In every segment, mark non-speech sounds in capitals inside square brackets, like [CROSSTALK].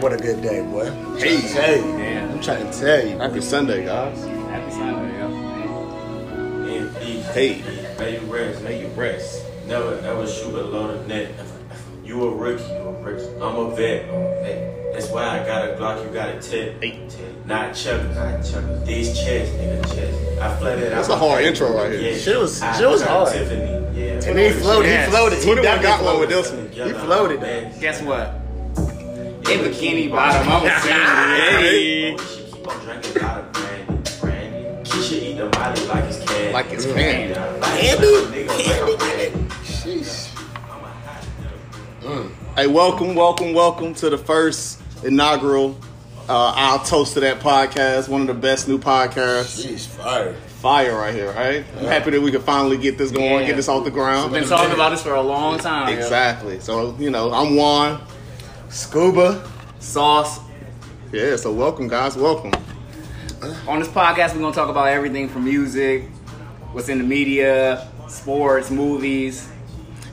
what a good day, boy. Hey, hey, Yeah. I'm trying to tell you. Happy Sunday, guys. Happy Sunday, yo. And eat, Hey. eat. Make you rest, make you rest. Never ever shoot below the net. You a rookie, you a rookie. I'm a vet, I'm a vet. That's why I got a Glock, you got a tip. Eight. Tip. Not chuckers, not chuckers. These chests, nigga, chests. I flooded That's a hard intro right here. She Shit was- shit was hard. Tiffany, yeah. And he floated. Yes. He floated. He 21 definitely got one with floated. this one. Together, He floated. man. Guess what? They bikini bottom. I was [LAUGHS] saying, hey. Oh, She keep on drinking a lot of brandy, brandy. Keisha eat the molly like it's candy. Like it's candy. Candy? Candy? Hey, welcome, welcome, welcome to the first inaugural uh, I'll Toast to That podcast, one of the best new podcasts. She's fire. Fire right here, right? I'm happy that we could finally get this going, Yeah. get this off the ground. Been talking about this for a long time. yo. Exactly. So, you know, I'm Juan, Scuba. Sauce. Yeah, so welcome, guys, welcome. On this podcast, we're gonna talk about everything from music, what's in the media, sports, movies.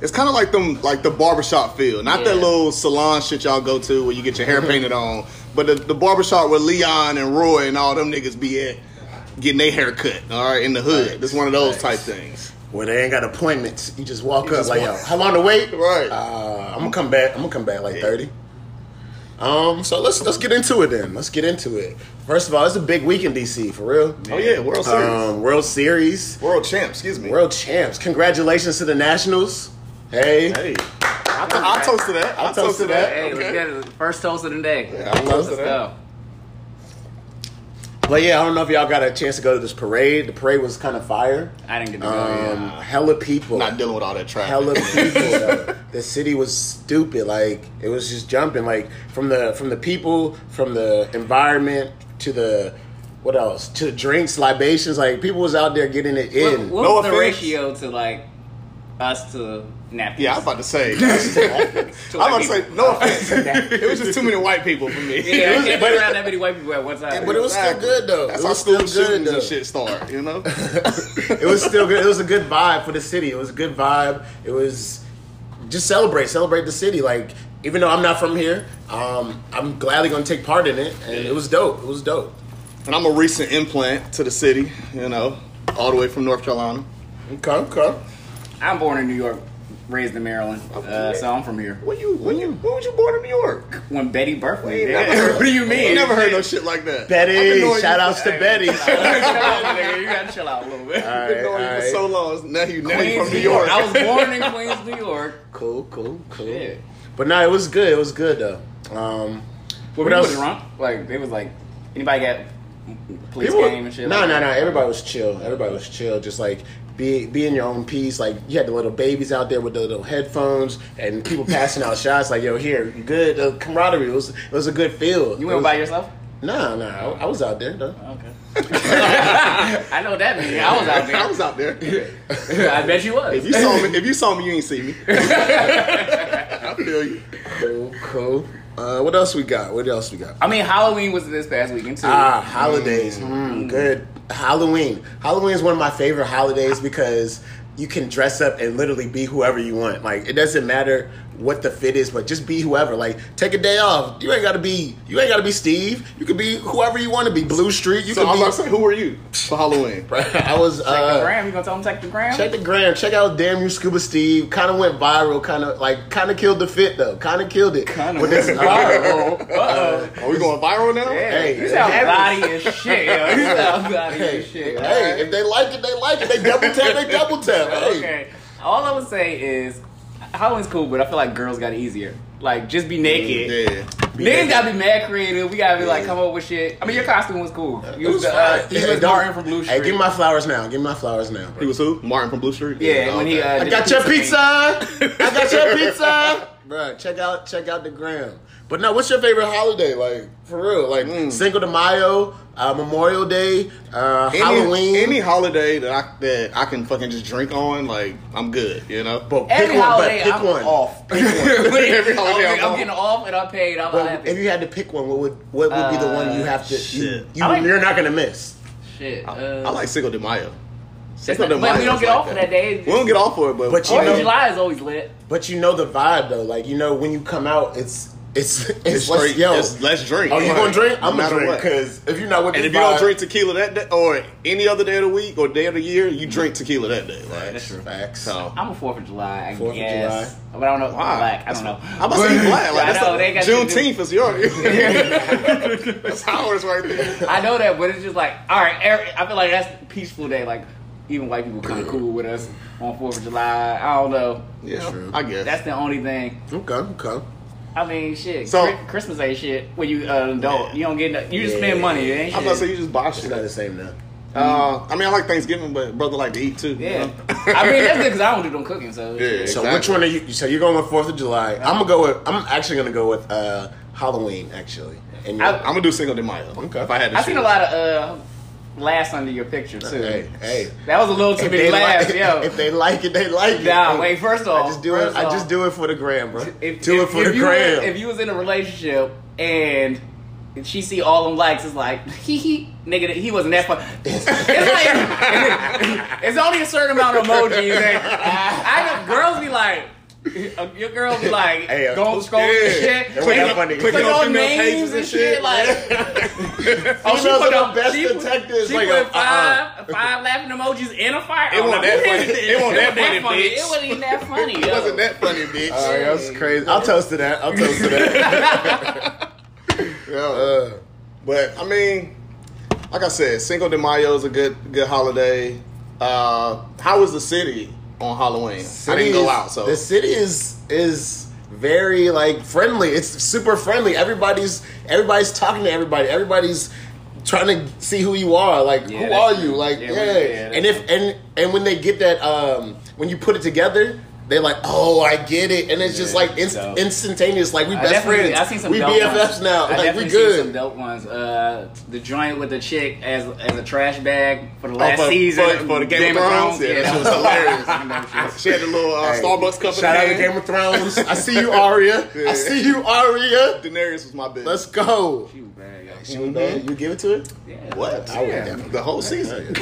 It's kind of like them, like the barbershop feel. Not that Yeah. little salon shit y'all go to where you get [LAUGHS] your hair painted on, but the, the barbershop where Leon and Roy and all them niggas be at getting their hair cut, all right, in the hood. It's one of those type things. Where they ain't got appointments. You just walk up just like, walk- yo, how long to wait? Right. Uh, I'm gonna come back. I'm gonna come back like 30. Um, so let's let's get into it then. Let's get into it. First of all, it's a big week in DC for real. Oh, yeah, World Series. Um, World Series, World champ, excuse me. World Champs. Congratulations to the Nationals. Hey, Hey, I'll, to- I'll toast to that. I'll, toast, to that. Hey, let's Okay. get it. First toast of the day. Yeah, I'll toast let's to that. go. but yeah, I don't know if y'all got a chance to go to this parade. The parade was kind of fire. I didn't get to Um, go. Oh, yeah. hella people. Not dealing with all that traffic. [LAUGHS] hella people. though. the city was stupid. Like it was just jumping. Like from the from the people, from the environment to the what else to the drinks, libations. Like people was out there getting it What, in. what No was the offense. ratio to like us to napkins? yeah, I was about [LAUGHS] to say. I was about to say, no offense. it was just too many white people for me. [LAUGHS] Yeah, I It was- can't but- be around that many white people at one time. But it was still Exactly. good though. That's it how was still school good shootings though. and shit start, [LAUGHS] you know? it was still good. It was a good vibe for the city. It was a good vibe. It was just celebrate, celebrate the city. Like even though I'm not from here, um, I'm gladly gonna take part in it, and it was dope. It was dope. and I'm a recent implant to the city, you know, all the way from North Carolina. Okay, okay. I'm born in New York, raised in Maryland, uh, so I'm from here. When you, when you, when was you born in New York? When Betty Burke was there. [LAUGHS] never- what do you I mean? never heard no shit like that. I've been Betty, knowing you shout for- outs to I've Betty. Chill [LAUGHS] out, nigga. You gotta chill out a little bit. All right, been all knowing you for right. so long. Now you, now you Queens, from New York. I was born in Queens, New York. cool, cool, cool. Shit. But no, it was good. It was good though. Um, What Were people else? drunk? Like they was like anybody got police game and shit? no, like no, that? no. Everybody was chill. Everybody was chill. Just like be be in your own peace. Like you had the little babies out there with the little headphones and people passing out shots. Like yo, here, you good? The camaraderie it was it was a good feel. You It went was- by yourself? No, no. I, I was out there though. Okay. [LAUGHS] I know what that means. I was out [LAUGHS] I there. was out [LAUGHS] there. I bet you was. If you saw me, if you saw me, you ain't [LAUGHS] see me. I feel you. Cool, cool. Uh, what else we got? What else we got? I mean, Halloween was this past weekend too. Ah, holidays. Mm-hmm. Mm, good. Halloween. Halloween is one of my favorite holidays because you can dress up and literally be whoever you want. Like it doesn't matter what the fit is, but just be whoever. Like take a day off. You ain't gotta be. You ain't gotta be Steve. You can be whoever you want to be. Blue Street. You So can I'm be. about to say, who are you for Halloween? [LAUGHS] I was. Check uh, the gram. You gonna tell them check the gram? Check the gram. Check out Damn You Scuba Steve. Kind of went viral. Kind of like kind of killed the fit though. Kind of killed it. Kinda With this- Uh, [LAUGHS] went viral. Uh-oh. Are we going viral now? Yeah, Hey, you sound hey. body as shit. Yo. You sound body Hey, as shit. hey, if they like it, they like it. They double tap. [LAUGHS] They double tap. Hey. Okay. All I would say is Halloween's cool, but I feel like girls got it easier. Like just be naked. Yeah. Niggas gotta be mad creative. We gotta be like, come up with shit. I mean, your costume was cool. You It was, was uh, fine. you Hey, was don't- Martin from Blue Street. Hey, give me my flowers now. Give me my flowers now. He was who? Martin from Blue Street. yeah, when he uh, I did got the your pizza. thing. I got [LAUGHS] your pizza. Bruh, check out check out the gram. But no, what's your favorite holiday? Like for real, like Mm. Cinco de Mayo, uh, Memorial Day, uh, Any, Halloween. Any holiday that I that I can fucking just drink on, like I'm good. You know. but pick Every one. holiday, but pick I'm one. off. Pick one. Every holiday I'm, I'm off. getting off and I'm paid. I'm But happy. if you had to pick one, what would what would be the one you have to? You, shit. you, I like- you're not gonna miss. shit, uh, I like Cinco de Mayo. that's Cinco de not- but we Mayo don't is get like off for that day. We don't get off for it, but But you Fourth know- of July is always lit. But you know the vibe though, like you know when you come out, it's It's it's, It's let's- straight. yo. it's- let's drink. Oh, you Right. gonna drink? I'm No gonna matter drink what. because if you're not with And this if you don't vibe- drink tequila that day, or any other day of the week or day of the year, you drink tequila that day. Right? That's true. facts. So I'm a Fourth of July. I 4th of guess. But I don't know. if I'm Why? Black. I don't know. I'm about to say black. [LAUGHS] Like, I that's know, like they got you Juneteenth [LAUGHS] is [LAUGHS] your. [LAUGHS] that's ours right there. I know that, but it's just like, all right, every, I feel like that's a peaceful day. Like, even white people kind of cool with us on 4th of July. I don't know. Yeah, True. I guess. That's the only thing. Okay, okay. I mean, shit. So- Chri- Christmas ain't shit when you uh, an adult. Yeah. You don't get no, You just Yeah. spend money. It ain't I'm about to shit. say you just buy It's shit. not the same now. Uh, I mean, I like Thanksgiving, but brother like to eat too. you yeah. know? I mean, [LAUGHS] that's good because I don't do no cooking, so. Yeah. shit. So Exactly. which one are you? So you're going with Fourth of July? I'm gonna go with. I'm actually gonna go with uh, Halloween actually. And you- [LAUGHS] I'm gonna do single de Mayo. Okay. If I had to, I've seen choose. a lot of uh, laughs under your picture, too. hey, hey. That was a little too If many they, laughs, like, yo. [LAUGHS] if they like it, they like it. Nah, Hey, wait. First off, I just do it. first I off, just do it for the gram, bro. If, do it if- for if the you were- gram. if you was in a relationship and she see all them likes, it's like [LAUGHS] he he nigga, that- he wasn't that fun. It's like [LAUGHS] it's only a certain amount of emojis. And I know girls be like. [LAUGHS] Your girl be like, Hey, uh, going scroll and yeah. shit, That wasn't that funny. clicking Clicking on on female pages names and and shit. shit. [LAUGHS] [LAUGHS] Like, oh, Females are the a- best she put- detectives, She like, put uh, five, five laughing emojis in a fire. uh-uh. It wasn't alarm. [LAUGHS] that funny. It wasn't that funny, bitch. It wasn't even that funny. [LAUGHS] It yo. wasn't that funny, [LAUGHS] bitch. All right, that was crazy. I'll toast to that. I'll toast to [LAUGHS] that. Yeah. Uh, but I mean, like I said, Cinco de Mayo is a good good holiday. Uh, how was the city on Halloween? I didn't City go is- out, so the city is is very like friendly. It's super friendly. Everybody's everybody's talking to everybody. Everybody's trying to see who you are. Like Yeah, who that's are true. you? Like Yeah, yeah. we- yeah, that's and if and and when they get that um when you put it together. They're like, oh, I get it, and it's just Yeah, like inst- dope. instantaneous. Like we I best definitely- friends. I seen some we dope BFFs ones. now. I like definitely we seen some good. dope ones. Uh, the joint with the chick as as a trash bag for the last Oh, for- season for- for the Game of Thrones? Yeah, that shit was [LAUGHS] hilarious. she had the little uh, Hey, Starbucks cup. Shout out to in her Game of Thrones. I see you, [LAUGHS] Arya. I Yeah. see you, Arya. hand. Daenerys was my bitch. Let's go. She was bad, yo. She was bad. You give it to it? Yeah. what? I would Yeah. definitely. The whole season.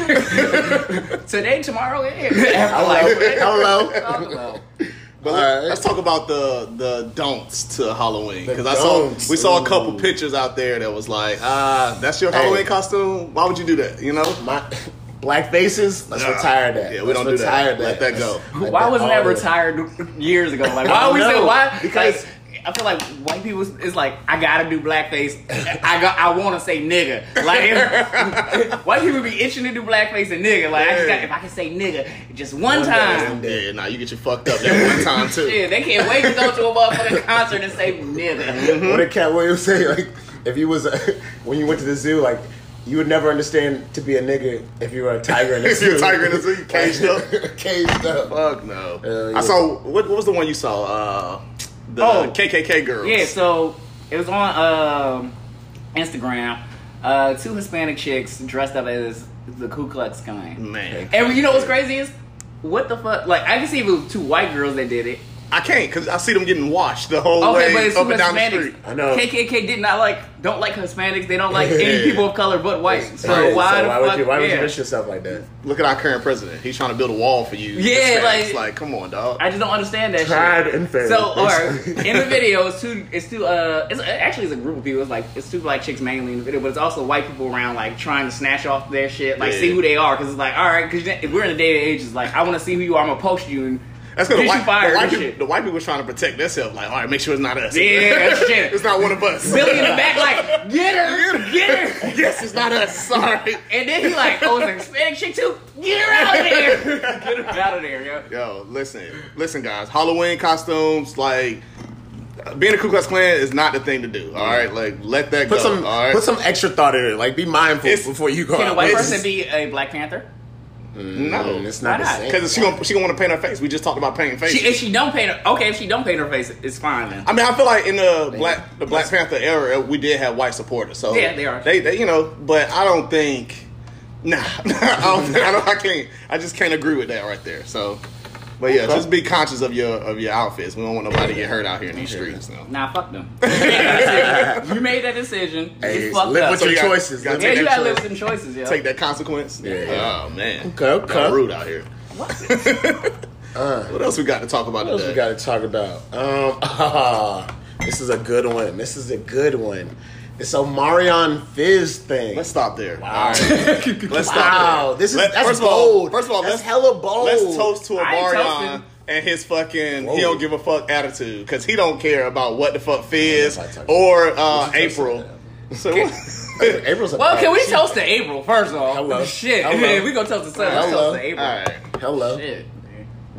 Today, tomorrow, [LAUGHS] yeah. [LAUGHS] yeah. Hello. Talk Hello. about- But All let, right. us talk about the the don'ts to Halloween The because I saw don'ts. we saw a couple Ooh. pictures out there that was like, ah, that's your Hey. Halloween costume. Why would you do that? You know, My [LAUGHS] black faces. Let's Nah. retire that. Yeah, we Let's don't do that. retire Let that go. Let why wasn't that all- retired years ago? Like, I why don't we know. say why? Because- Because I feel like white people is like, I gotta do blackface. I got, I want to say nigga. Like, [LAUGHS] if, white people be itching to do blackface and nigga. Like, I just got, if I can say nigga just one time, yeah, nah, you get you fucked up that one time [LAUGHS] too. yeah, they can't wait to go to a motherfucking concert and say [LAUGHS] nigga. What did Cat Williams say? [LAUGHS] Like, if you was [LAUGHS] when you went to the zoo, like. You would never understand to be a nigga if you were a tiger in the [LAUGHS] If zoo. you're a tiger in the zoo, caged up. [LAUGHS] caged up. Fuck no. Hell yeah. I saw what, what was the one you saw? Uh, the Oh. KKK girls. Yeah, so it was on um, Instagram. Uh, two Hispanic chicks dressed up as the Ku Klux Klan. man, And you know what's crazy is, what the fuck? Like I can see if it was two white girls that did it. I can't because I see them getting washed the Oh, whole Okay, way but it's two up and down the Hispanics. street. I know. KKK did not like, don't like Hispanics. They [LAUGHS] don't like any Yeah. people of color but white. So Right, why so the why fuck? would you? Why would yeah. you risk yourself like that? Look at our current president. He's trying to build a wall for you. Yeah, Hispanics. like- like come on, dog. I just don't understand that Tried shit. and failed, So, or basically. in [LAUGHS] the video, it's two. It's two. Uh, it's actually it's a group of people. It's like it's two black chicks mainly in the video, but it's also white people around, like trying to snatch off their shit, like Yeah. see who they are, because it's like, all right, because if we're in the day and age, it's like I want to see who you are. I'm gonna post you and That's because get the you white, fired the, white and people, shit. the white people was trying to protect themselves. Like, all right, make sure it's not us. Yeah, that's shit. [LAUGHS] it's not one of us. Billy [LAUGHS] in the back, like get her, get her. yes, it's not us. Sorry. And then he like, oh, it's a Hispanic chick too. Get her out of there. [LAUGHS] Get her out of there, yo. Yo, listen, listen, guys. Halloween costumes, like being a Ku Klux Klan, is not the thing to do. All right, like let that Put go. some all right, put some extra thought in it. Like be mindful It's- before you go. Can a out. white It's- person be a Black Panther? Mm, no, it's not Why the not? same. because she gonna she gonna want to paint her face. We just talked about painting faces. She, if she don't paint her, okay, if she don't paint her face, it's fine then. I mean, I feel like in the black the Black Panther era, we did have white supporters. So Yeah, they are. They, they you know, but I don't think. Nah, [LAUGHS] I, don't, I don't. I can't. I just can't agree with that right there. So, but yeah, Okay. just be conscious of your of your outfits. We don't want nobody to get hurt out here in these streets. No. Nah, fuck them. you made that decision. Hey, you fucked live up. with So your you gotta- choices. you gotta yeah, take you that gotta choice. live with some choices, yo. Take that consequence. Yeah, yeah. Oh man. Okay, okay. Kinda rude out here. What? What else we got to talk about What uh, else [LAUGHS] today? we got to talk about? Um, This is a good one. This is a good one. It's a Marion Fizz thing. Let's stop there. Wow. [LAUGHS] Let's Wow, this is Let- that's first of all- bold. first of all, that's let's- hella bold. Let's toast to a Oh, I ain't Marion toasting. and his fucking Whoa. he don't give a fuck attitude because he don't care about what the fuck Fizz I talk about- or uh, Let's toast April. to [LAUGHS] So that. April's a Well, can we she- toast to April first off? Hello. Shit, [LAUGHS] Hello. man, we gonna toast to Sun. Let's Hello. toast to April. all right, Hello. Shit.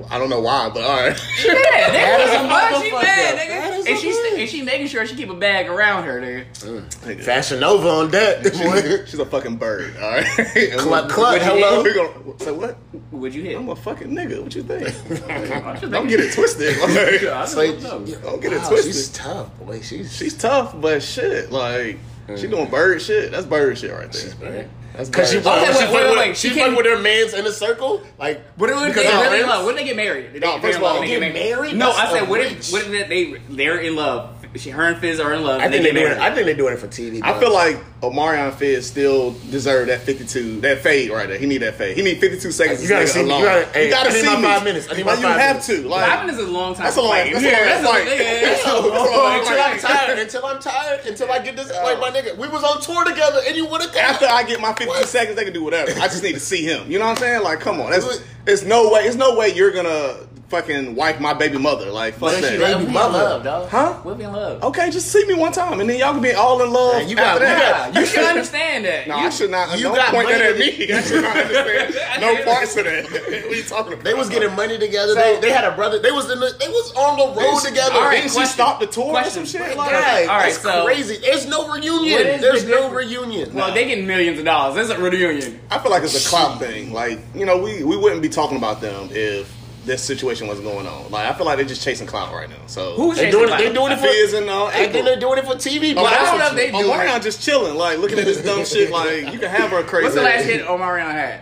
I don't know why, but all right. She mad. That is a is a motherfucker. She motherfucker. mad, That is nigga. a And she bitch. and she making sure she keep a bag around her, nigga. Fashion Nova on deck. [LAUGHS] She's, [LAUGHS] she's a fucking bird. All [LAUGHS] right. And Cluck, we- cluck, we- hello. we gonna- Say what? Would you hit? I'm a fucking nigga. What you [LAUGHS] think? I'm just don't making get sure. it [LAUGHS] twisted. [LAUGHS] like, Yeah, I just Like, don't know. Don't get it wow, twisted. She's tough, boy. She's she's tough, but shit, like she doing bird shit. That's bird shit right there. That's because she, bird oh, wait, shit. she wait, fuck wait, with- wait. She, She fuck can't- with her man's in a circle. Like What if because they of her really in mans? love? What if they get married? Did No, they first get of all, married? Did get married? No, That's I said what outrageous. if what if that they they're in love? She, her and Fizz are in love. I and think they they get doing. it- married. I think they're doing it for TV. I bro. feel like Omarion Fizz still deserve that 52, that fade right there. He need that fade. He need 52 seconds. You gotta this nigga see me. You alone. gotta- hey, you gotta I need see my me. five minutes. I need my Like, you five have minutes. to. Five Like, minutes is a long time. that's a long. to fight. That's Yeah, a long. that's a- Like, yeah, that's a yeah. long. until I'm fight. tired. Until I'm tired. Until I get this. Like my nigga, we was on tour together, and you want to After I get my 50 seconds, they can do whatever. I just need to see him. You know what I'm saying? Like, come on. That's, it's no way. It's no way you're gonna fucking wife my baby mother. Like, fuck But she that. baby We in mother. love, dog. Huh? Oh, We'll be in love. Okay, just see me one time, and then y'all can be all in love. Man, you after got- you that. got- Yeah, you should understand that. No, you, I should not. you don't got point that money at to- [LAUGHS] me. I should not understand. [LAUGHS] [LAUGHS] No parts of that. [LAUGHS] What are you talking [LAUGHS] about? They was getting money together. So- they, they had a brother. They was in the, they was on the road together. all right, Didn't she question. stop the tour or Question. some shit? Question. Like, God, All right, that's so- crazy. There's no What is reunion. the There's no difference? reunion. Well, they getting millions of dollars. That's a reunion. I feel like it's a clout thing. Like you know, we we wouldn't be talking about them if this situation was going on. Like I feel like they're just chasing clout right now. So Who's they chasing doing it. clout? They doing it for. [LAUGHS] Fizz and uh, I think April. they're doing it for TV. But I don't know I if they do Omarion just chilling, like looking at this [LAUGHS] dumb shit. Like you can have her crazy. What's the last ass. hit Omarion had?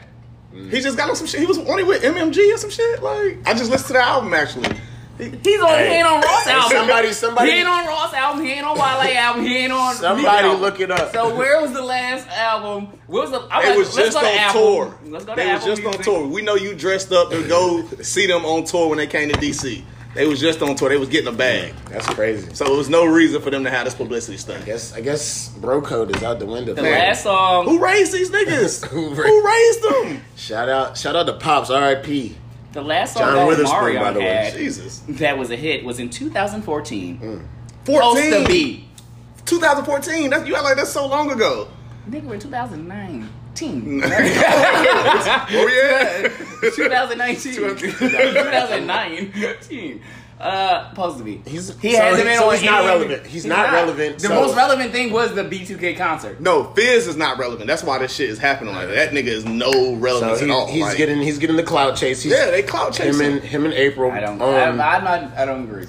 He just got on some shit. He was only with MMG or some shit. Like I just listened to the album actually. He's on. He ain't on Ross album. somebody- somebody- He ain't on Ross album. He ain't on Wale album. He ain't on. somebody Meek album. look it up. So where was the last album? What was the? I'm It like, was let's go just on to Apple. tour. Let's go to they was Apple just on Music. tour. We know you dressed up to go see them on tour when they came to DC. They was just on tour. They was getting a bag. That's crazy. So it was no reason for them to have this publicity stunt. I guess I guess bro code is out the window. The man. last song. Who raised these niggas? [LAUGHS] Who Who, ra- raised them? Shout out shout out to Pops R.I.P. The last song John that Witherspoon, by the Omarion way. had Jesus. that was a hit was in 2014. 14. Supposed to be. 2014. That's, you act like that's so long [LAUGHS] ago. Nigga, we're in 2019. Oh, yeah. 2019. 2019. Uh, supposed to be. He's he so- hasn't been so on he's not any- relevant. He's not relevant, The so- most relevant thing was the B2K concert. No, Fizz is not relevant. That's why this shit is happening like that. That nigga is no So relevance he- at all. he's Like, getting he's getting the cloud chase. He's, Yeah, they clout him chasing. and him and April. I don't. um, I, I'm not. I don't agree.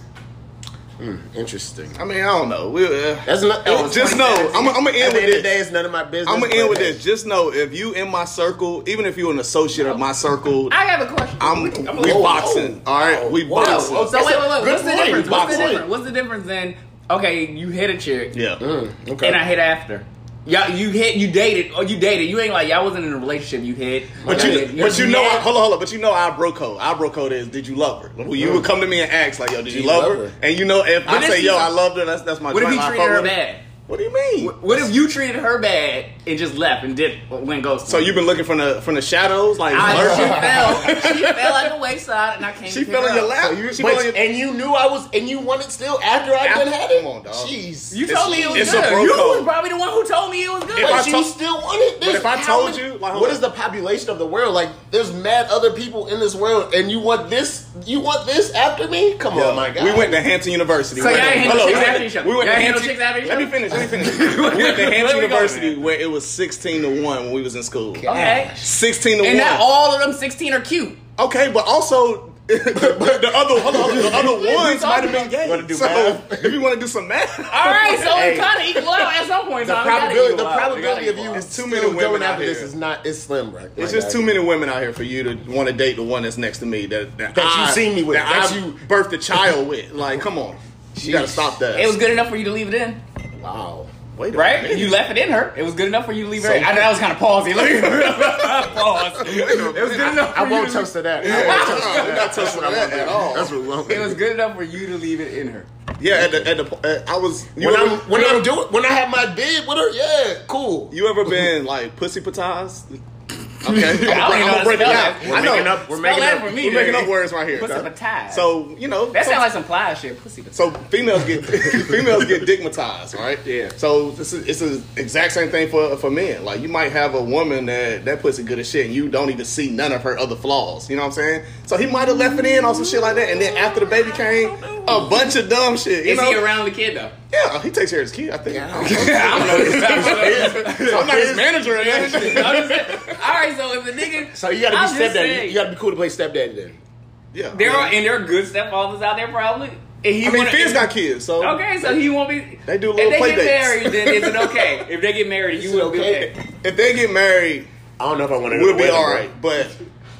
interesting. I mean, I don't know. We, uh, That's not. That was just know. I'm, I'm gonna At end the end with of the this. day, it's none of my business. I'm gonna end but with hey. this. Just know if you in my circle, even if you're an associate of my circle, I have a question. I'm we boxing. all right, we Whoa. boxing. Oh, so That's wait, a wait, wait. good What's the point. difference? What's the Boxing. difference? What's the difference in? Okay, you hit a chick. yeah. Mm, okay. And I hit after. Y'all, you hit, you dated, or you dated. You ain't like y'all wasn't in a relationship. You hit, But Y'all you, dated. but you Y'all- know, hold on, hold on. But you know, our bro code, our bro code is, did you love her? Well, Mm. you would come to me and ask, like, yo, did you, love, her? And you know, if What I if say, she- yo, I loved her, that's that's my. What if joint, he I treated fuck her with bad? What do you mean? What if you treated her bad and just left and did went ghost? so you've been looking from the from the shadows, like her? I, she [LAUGHS] fell. She fell at the wayside, and I came. she to pick fell her in your up. lap. So you- she but- fell in your. and you knew I was, and you wanted still after I After- done had it. come on, dog. Jeez, You told me it was it's a good. bro You code. was probably the one who told me it was good. If I But you told- still wanted this. if I How told many- you, like, hold what on. is the population of the world? Like, there's mad other people in this world, and you want this? You want this after me? Come Yeah. on, Oh my God. We went to Hampton University. So We y'all went- ain't handle Hold on, chicks we went after to- each other? We went to Y'all ain't Hampton. handle chicks after each Let me other? [LAUGHS] finish. Let me finish. we went to Where we Hampton going, University man? where it was sixteen to one when we was in school. Ah, okay, Sixteen to and one. not all of them sixteen are cute. Okay, but also [LAUGHS] the the other hold on, the other ones might have been gay. Wanna do so math? if you want to do some [LAUGHS] math, All right, so Hey. it kind of equal out at some point. in the time. We gotta probability, the equal out. We probability gotta of equal you out. It's too still many women going out after this here. is not. It's slim, bro. [LAUGHS] it's just too many women out here for you to want to date the one that's next to me that that, That you I, seen me with, that, that I you- birthed a child with. Like, come on, you gotta stop that. It was good enough for you to leave it in. Wow. [LAUGHS] Wait a Right? minute. You left it in her. It was good enough for you to leave her. So- I know that was kind of pausey. [LAUGHS] Pause. [LAUGHS] It was good enough. For I won't you toast [LAUGHS] To, [LAUGHS] to that. I won't toast to I'm that. not touching that at all. That's what we want. it was good enough for you to leave it in her. Yeah, at the, at the at, I was. You when ever, I'm when you, I'm ever, doing when I have my bid with her, yeah, cool. you ever been like pussy patized? [LAUGHS] Okay, I'm I don't even know how gonna to break it spell that. out. I We're making know. up. We're Spell making that up. for me. We're making up words right here. Pussy patized. So you know That some- sounds like some Plies shit. Pussy patized. So females get [LAUGHS] females get digmatized, right? Yeah. So this is it's the exact same thing for for men. Like you might have a woman that that pussy good as shit, and you don't even see none of her other flaws. You know what I'm saying? So he might have left it in on some shit like that, and then after the baby came, a bunch of dumb shit. You Is know? he around the kid though? Yeah, he takes care of his kid. I think. [LAUGHS] I don't know. this time, [LAUGHS] I'm not his manager. or anything. so- I'm just- All right, so if the nigga, So you gotta I'm be just stepdaddy. You, saying, gotta be cool to play stepdaddy then. Yeah. there are and there are good stepfathers out there probably. And he I mean, wanna- Fizz got kids, so Okay, so he won't be. They do If little they play get dates. married, then is it okay? If they get married, you Is it will be okay? okay. if they get married, I don't know if I want to. we'll be all right. But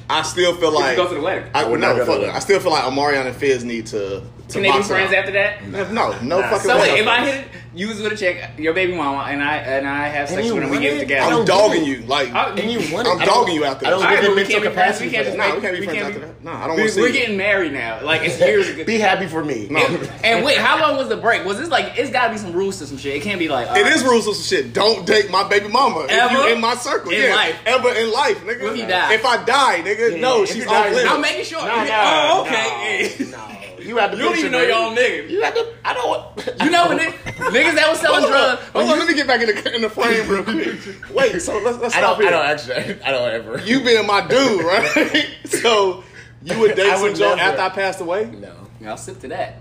I still feel [LAUGHS] like go to the wedding. I I would no, not go to fuck the it. wedding. I still feel like Omarion and Fizz need to. to Can they be box friends out. after that? No, no fucking So way. wait, if I hit you was with a chick, your baby mama, and I and I have sex And you with her, and we want get it? together. I I'm don't dogging get you, like I- And you want it. I'm I don't- dogging you after I don't that. All give right, them but we mental can't be friends. capacity. We can't for just that. no, we can't be friends after that. No, I don't want to We, see. we're you. getting married now. Like it's years [LAUGHS] ago. Be happy for me. no. And wait, how long was the break? Was this like it's got to be some rules to some shit? It can't be like uh, It is rules of some shit. Don't date my baby mama if Ever you in my circle. in yeah. life. Ever in life, nigga. If you die. If I die, nigga, no, if you she's off die, you're limits. I'm making sure. Nah, oh, nah, [LAUGHS] okay. nah, nah. You have to. You don't even know your own nigga. You have to. I don't. [LAUGHS] want- You know when nigg- niggas that was selling Hold on, drugs. hold on, let me get back in the, in the frame [LAUGHS] real quick. Wait, so let's, let's I don't. stop here. [LAUGHS] I don't actually. I don't ever. You being my dude, right? [LAUGHS] so you would date I some would joint never. after I passed away? [LAUGHS] no. Y'all sip to that.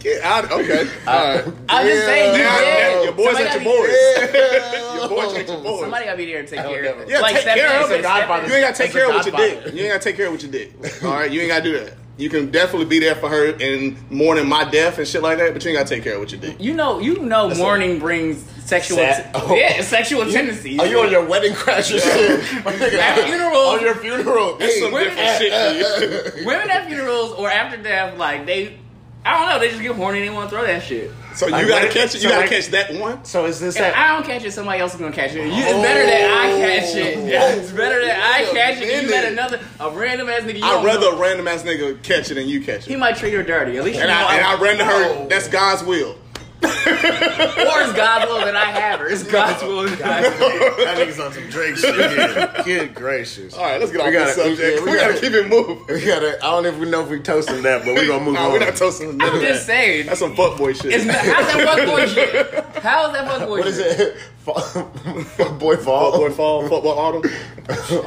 Get out. Okay. Uh, All right. I'm just saying, you Now- dead. now Your boys Somebody at gotta be- your boys. Your boys at your boys. Somebody gotta be there to take don't care know. of it. Yeah, take step care in, of it. step in. Godfather. You ain't gotta take That's a care of what you godfather. did. You ain't gotta take care of what you did. All right, you ain't gotta do that. You can definitely be there for her in mourning my death and shit like that, but you ain't gotta take care of what you did. You know, you know, mourning brings sexual, Sad- oh. [LAUGHS] yeah, sexual tendencies. [LAUGHS] Are you on your wedding crasher [LAUGHS] shit? My nigga, At funerals. On your funeral. That's Hey, some where- different shit. for you. Women at funerals or after death, like they, I don't know, they just get horny and they want to throw that shit. [LAUGHS] So you Like, gotta what- catch it. You so gotta like- catch that one. so is this If that? I don't catch it, somebody else is gonna catch it. You, it's better that I catch it. Yeah, it's better that I Whoa. catch it. than You Minute. let another a random ass nigga. You I'd don't rather a know. random ass nigga catch it than you catch he it. might treat her dirty. At least And you know I and I- I ran to her. That's God's will. or it's God's will that I have her. It's God's will that I have her. That nigga's on some [LAUGHS] Drake shit. here. Good gracious. All right, let's get We off gotta- this subject. we We gotta gotta- keep it moving. We gotta. I don't even know if we toasting that, but we gonna [LAUGHS] move Nah, on. we're not toasting none I'm of just that. saying. That's some fuckboy It's shit. not, how's that fuckboy shit? How's that fuckboy what shit? is it? [LAUGHS] Fall, fuck boy fall. Fuckboy fall, fuckboy autumn.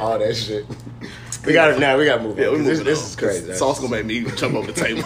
[LAUGHS] All that shit. We gotta now. We gotta move on. Yeah, we 'cause this, moving this on. is crazy. Sauce gonna make me jump over the [LAUGHS] table.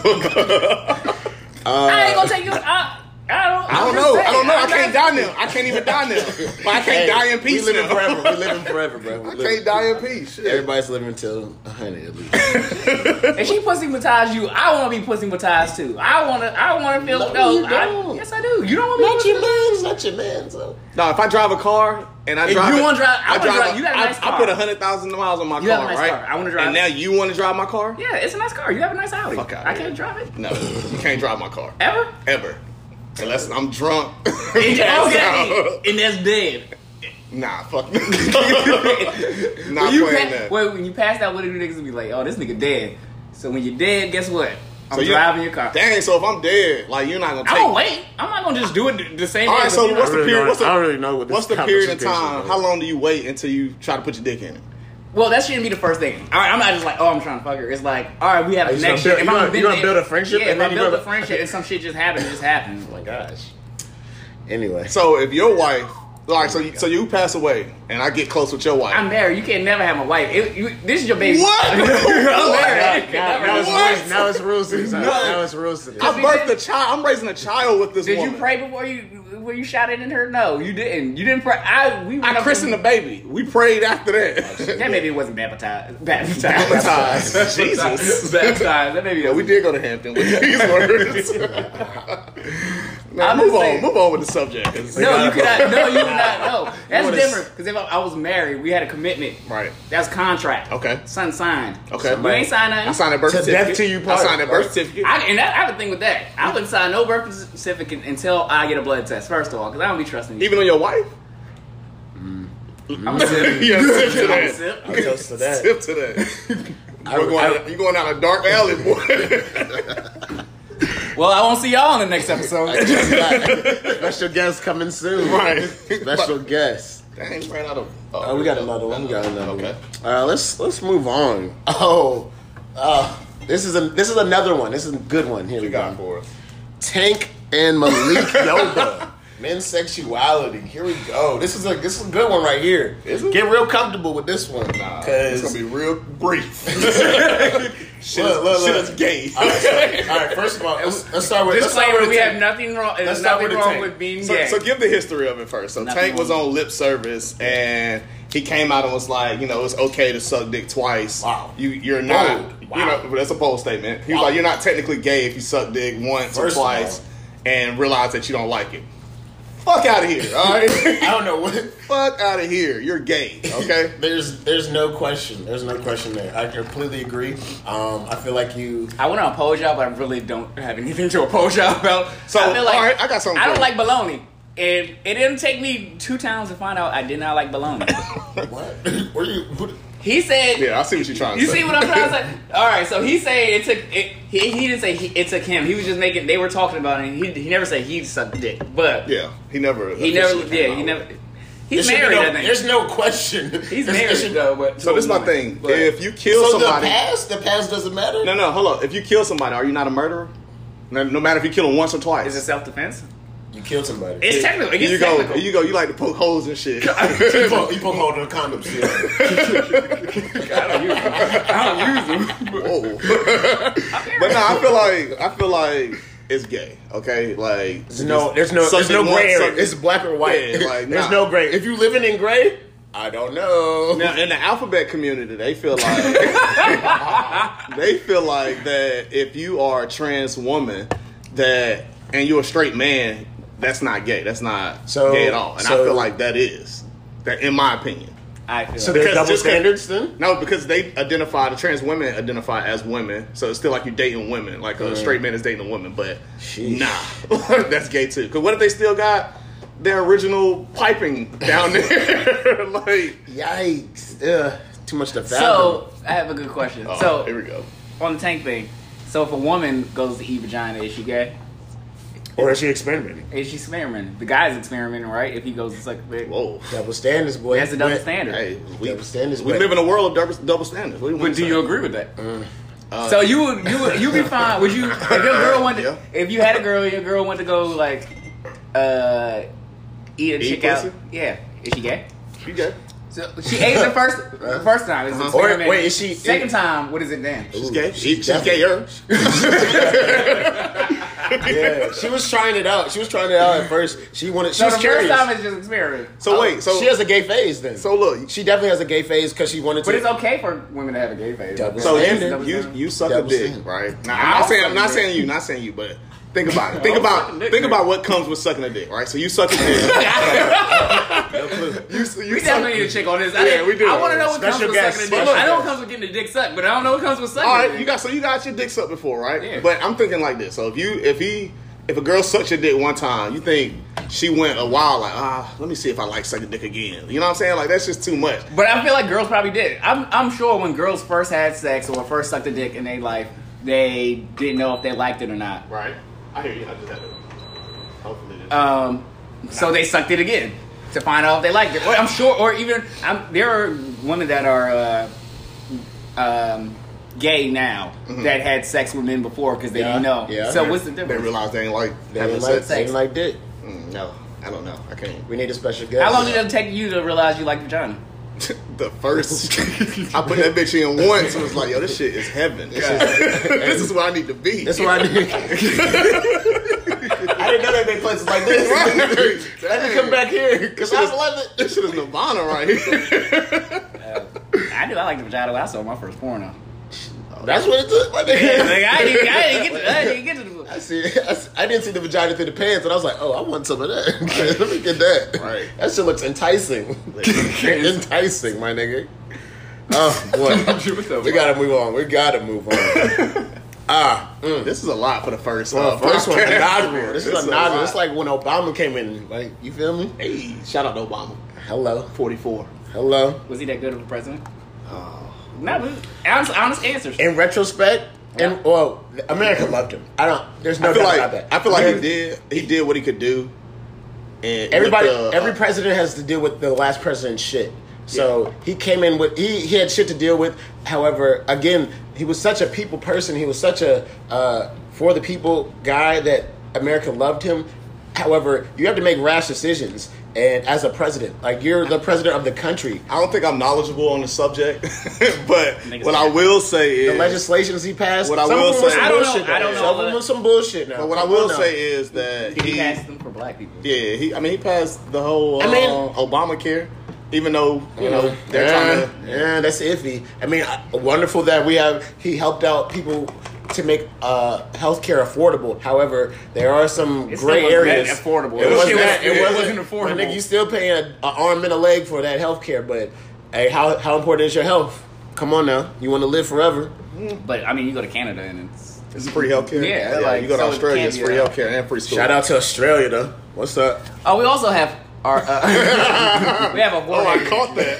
I ain't gonna take you. I, I don't. I I'm just don't know. saying, I don't know. I I'm can't not- die now. I can't even die now. But I can't Hey, die in peace We living now. forever. We living forever, bro. We [LAUGHS] I living- can't die in peace. Shit. Everybody's living until 100 at least. If she pussy matized you, I want to be pussy matized too. I want to. I want to feel No, no. you I, don't. yes, I do. You don't want to be. pussy- man's, not your man. So No, if I drive a car and I If drive, you it- wanna drive- I wanna drive- a- you got a I- nice I car. put hundred thousand miles on my You car, have a nice right? car. I wanna drive And it. now you want to drive my car? Yeah, it's a nice car. You have a nice Audi. Fuck outta I here. can't drive it No, you can't drive my car ever. ever, unless I'm drunk. And, Pass [LAUGHS] okay, out. and that's dead. [LAUGHS] [LAUGHS] Nah, fuck. [LAUGHS] Not you playing pa- that. Wait, when you pass out, what do niggas be like? Oh, this nigga dead. So when you're dead, guess what? I'm So you- driving your car. Dang, so if I'm dead, like you're not gonna I Oh, take. don't wait. I'm not gonna just do it the same. All day, right, but so you know- what's I the really period? don't- What's the, I don't really know what this what's the period of conversation time? is. How long do you wait until you try to put your dick in it? Well, that shouldn't be the first thing. All right, I'm not just like, oh, I'm trying to fuck her. It's like, all right, we have a You gonna connection. build- If you I'm gonna- been you gonna there- build a friendship yeah, and if then I you build gonna- a friendship and some shit just happens, it just happens. Like, gosh. Anyway, So if your wife, all right, so you, so you pass away and I get close with your wife. I'm married. You can't never have a wife. It, you, this is your baby. [LAUGHS] What? I'm married. You can now, [LAUGHS] never now, have it's a What? wife. rules, now it's rules. to this. Now it's rules. to this. I Did you birthed a did- child. I'm raising a child with this Did woman. you pray before you when you shot it in her? No, you didn't. You didn't pray. I we went I up- christened the baby. We prayed after that. That maybe it wasn't [LAUGHS] baptized. Baptized. Oh, [LAUGHS] Baptized. Jesus. Baptized. That maybe. Yeah, [LAUGHS] we did go to Hampton [LAUGHS] with these words. now I'm move just on. saying- Move on with the subject. No, you cannot. No, you cannot. [LAUGHS] No, that's What is- different. Because if I, I was married, we had a commitment. Right. That's contract. Okay. Son signed. Okay. You ain't signed nothing. I signed a birth To death certificate. till you I part. signed a birth Right. certificate. I, and that, I have a thing with that. I wouldn't sign no birth certificate until I get a blood test. First of all, because I don't be trusting you. Even on your wife. I'm a [LAUGHS] sip. Yeah, sip I'm to a that. sip. I toast [LAUGHS] to that. [LAUGHS] Sip to that. I, We're going I- [LAUGHS] out- you going out a dark alley, boy. Well, I won't see y'all in the next [LAUGHS] episode. Special guest coming soon. Right. Special guest. Dang, ran out of. Oh, we got another one. We got another Okay. one. Uh, let's let's move on. Oh, uh, this is a this is another one. This is a good one. Here we You got go. for us. Tank and [LAUGHS] Malik Yoba. Men's sexuality. Here we go. This is a this is a good one right here. Is it? Get real comfortable with this one. [LAUGHS] Nah, it's 'cause- gonna be real [LAUGHS] brief. [LAUGHS] shit, is, Look, look, shit look. is gay. all, right, so- all right, first of all, let's, let's start with. let's start Disclaimer: with We the have tank. nothing wrong. There's Let's start nothing with the wrong tank. with being So, gay. so give the history of it first. So Nothing Tank was wrong. on lip service and he came out and was like, you know, it's okay to suck dick twice. Wow. You you're not Bold. you Wow. know but that's a bold statement. He was Wow. like, You're not technically gay if you suck dick once First or of twice all. and realize that you don't like it. Fuck out of here, alright? [LAUGHS] I don't know what. [LAUGHS] Fuck out of here. You're gay, okay? There's there's no question. There's no question there. I completely agree. Um, I feel like [LAUGHS] you. I want to oppose y'all, but I really don't have anything to oppose y'all [LAUGHS] about. So, I feel like, all right, I got something I don't for like you. bologna. It, it didn't take me two times to find out I did not like bologna. [LAUGHS] What? Were you? Who, he said, [LAUGHS] yeah, I see what you're trying to "You say. see what I'm trying to say?" [LAUGHS] All right, so he said it took. It, he, he didn't say he, it took him. He was just making. They were talking about it. And he he never said he sucked dick, but Yeah. He never he never. officially came Yeah, he out. never. there He's should be married. no- I think. There's no question. He's There's- there married should- though. But So to a this is my woman. thing. But- if you kill So somebody the past, the past doesn't matter. No, no, hold up. If you kill somebody, are you not a murderer? No, no matter if you kill them once or twice. is it self defense? You killed somebody. [LAUGHS] It's technical. It gets you go, technical. you go, you like to poke holes and shit. you put you [LAUGHS] put hold on the condom. Still. [LAUGHS] I don't use them. Whoa. but no, I feel like I feel like it's gay. Okay, like There's no. There's no. There's something no once, gray. area. something- It's black or white. Yeah, like, there's nah. no gray. If you living in gray, I don't know. Now in the alphabet community, they feel like they feel like [LAUGHS] that if you are a trans woman that and you're a straight man, that's not gay. That's not So- gay at all. And so- I feel like that is that, in my opinion. I feel. So there's Because- double just 'cause- standards then. No, because they identify the trans women identify as women, so it's still like you're dating women, like a straight man is dating a woman. But Sheesh. nah, [LAUGHS] that's gay too. Because what if they still got their original piping down there? [LAUGHS] like, Yikes! Ugh, too much to fathom. So I have a good question. oh, so here we go. on the tank thing, so if a woman goes to e vagina, is she gay? or is she experimenting? Is she experimenting? The guy's experimenting, right? If he goes to suck a dick. Whoa, Double standards, boy. That's a double But- standard. hey, we, Double standards, we but- live in a world of double, double standards. What do you But want do you agree with that? Uh, so you would you would you be fine? Would you if your girl wanted [LAUGHS] Yeah. if you had a girl your girl wanted to go like uh eat a Eat chick out? pussy? Yeah, is she gay? You gay? So she ate the first the first time. Uh-huh. It's Or- experimenting. wait, is she- second time? What is it then? She's Ooh, gay. she's She, she's definitely- gayer. [LAUGHS] Yeah, she was trying it out. She was trying it out at first. She wanted. She So was the first curious. time is just experimenting. So wait, so she has a gay phase then. so look, she definitely has a gay phase because she wanted to. But it's okay for women to have a gay phase. Double So you, Standard. you you suck Double a dick, standard. right? Now, I don't I'm not saying suck I'm a not dick. saying you, not saying you, but think about [LAUGHS] it. Think don't about suck a dick, think man. about what comes with sucking a dick, right? So you suck a dick. [LAUGHS] you, s- you We suck- definitely need a chick on this. I Yeah, didn't- we do. I want to know what Special comes with guest, sucking a dick. special I know what guest. comes with getting a dick sucked, but I don't know what comes with sucking. All a right, dick. you got so you got your dick sucked before, right? Yeah. But I'm thinking like this. So if you if he if a girl sucks your dick one time, you think she went a while like ah, let me see if I like sucking dick again. You know what I'm saying? Like that's just too much. But I feel like girls probably did. I'm I'm sure when girls first had sex or first sucked a dick in their life, they didn't know if they liked it or not. Right. I hear you. I just had to. Hopefully. this- Um, so they sucked it again to find out if they liked it. Or I'm sure, or even I'm, there are women that are uh, um, gay now Mm-hmm. that had sex with men before because they Yeah, didn't know. yeah. So what's the they difference? realize they ain't like they having didn't like, sex. they didn't like dick. Mm, no, I don't know. [LAUGHS] I can't. We need a special guest. How long did it take you to realize you liked vagina? the [LAUGHS] first I put that bitch in once and was like, yo, this shit is heaven. This, is, [LAUGHS] this is where I need to be. [LAUGHS] That's what I did. I didn't know they made places like this. I had to come back here because I love it. This shit is Nirvana right here. [LAUGHS] I knew I liked the vagina when I saw my first porno. That's what it took, my Like, [LAUGHS] nigga. I, didn't, I didn't get to, I didn't get to the I see. I, see- I didn't see the vagina through the pants, and I was like, "Oh, I want some of that. [LAUGHS] Let me get that. Right. That shit looks enticing. [LAUGHS] enticing, my nigga. Oh [LAUGHS] boy, we gotta move on. We gotta move on. ah, mm. this is a lot for the first uh, Well, first one, podcast. inaugural. This is It's a inaugural. lot. It's like when Obama came in. Like, you feel me? Hey, shout out to Obama. Hello, 44. hello. Was he that good of a president? Oh. No, but honest, honest answers. In retrospect, And well, America loved him. I don't. There's no I feel doubt about like that. I feel like he There- did he did what he could do. And with Everybody, the- uh, every president has to deal with the last president's shit. So he came in with he he had shit to deal with. However, again, he was such a people person. He was such a uh, for the people guy that America loved him. However, you have to make rash decisions, and as a president, like you're the president of the country. I don't think I'm knowledgeable on the subject, [LAUGHS] but Niggas what I will say The is legislations he passed. What I some will of them was say- some I don't know- bullshit, I though. don't know Some of what- them was some bullshit. Now, but what I will Now, say is that Did he he pass them for black people? yeah he I mean he passed the whole uh, I mean- Obamacare, even though you know they're yeah, trying to yeah, that's iffy. I mean, uh, wonderful that we have he helped out people to make uh, healthcare affordable. However, there are some It still gray wasn't that areas. affordable. It It wasn't. was- that- it It wasn't wasn't affordable. affordable. Nigga, you still paying an arm and a leg for that healthcare. But hey, how how important is your health? Come on now, you want to live forever? But I mean, you go to Canada and it's it's free healthcare. Yeah, like, you go to so it Australia, can it's be free a- healthcare and free school. Shout out to Australia though. What's up? Oh, we also have our uh, [LAUGHS] we have a Oh, I warhead. caught that.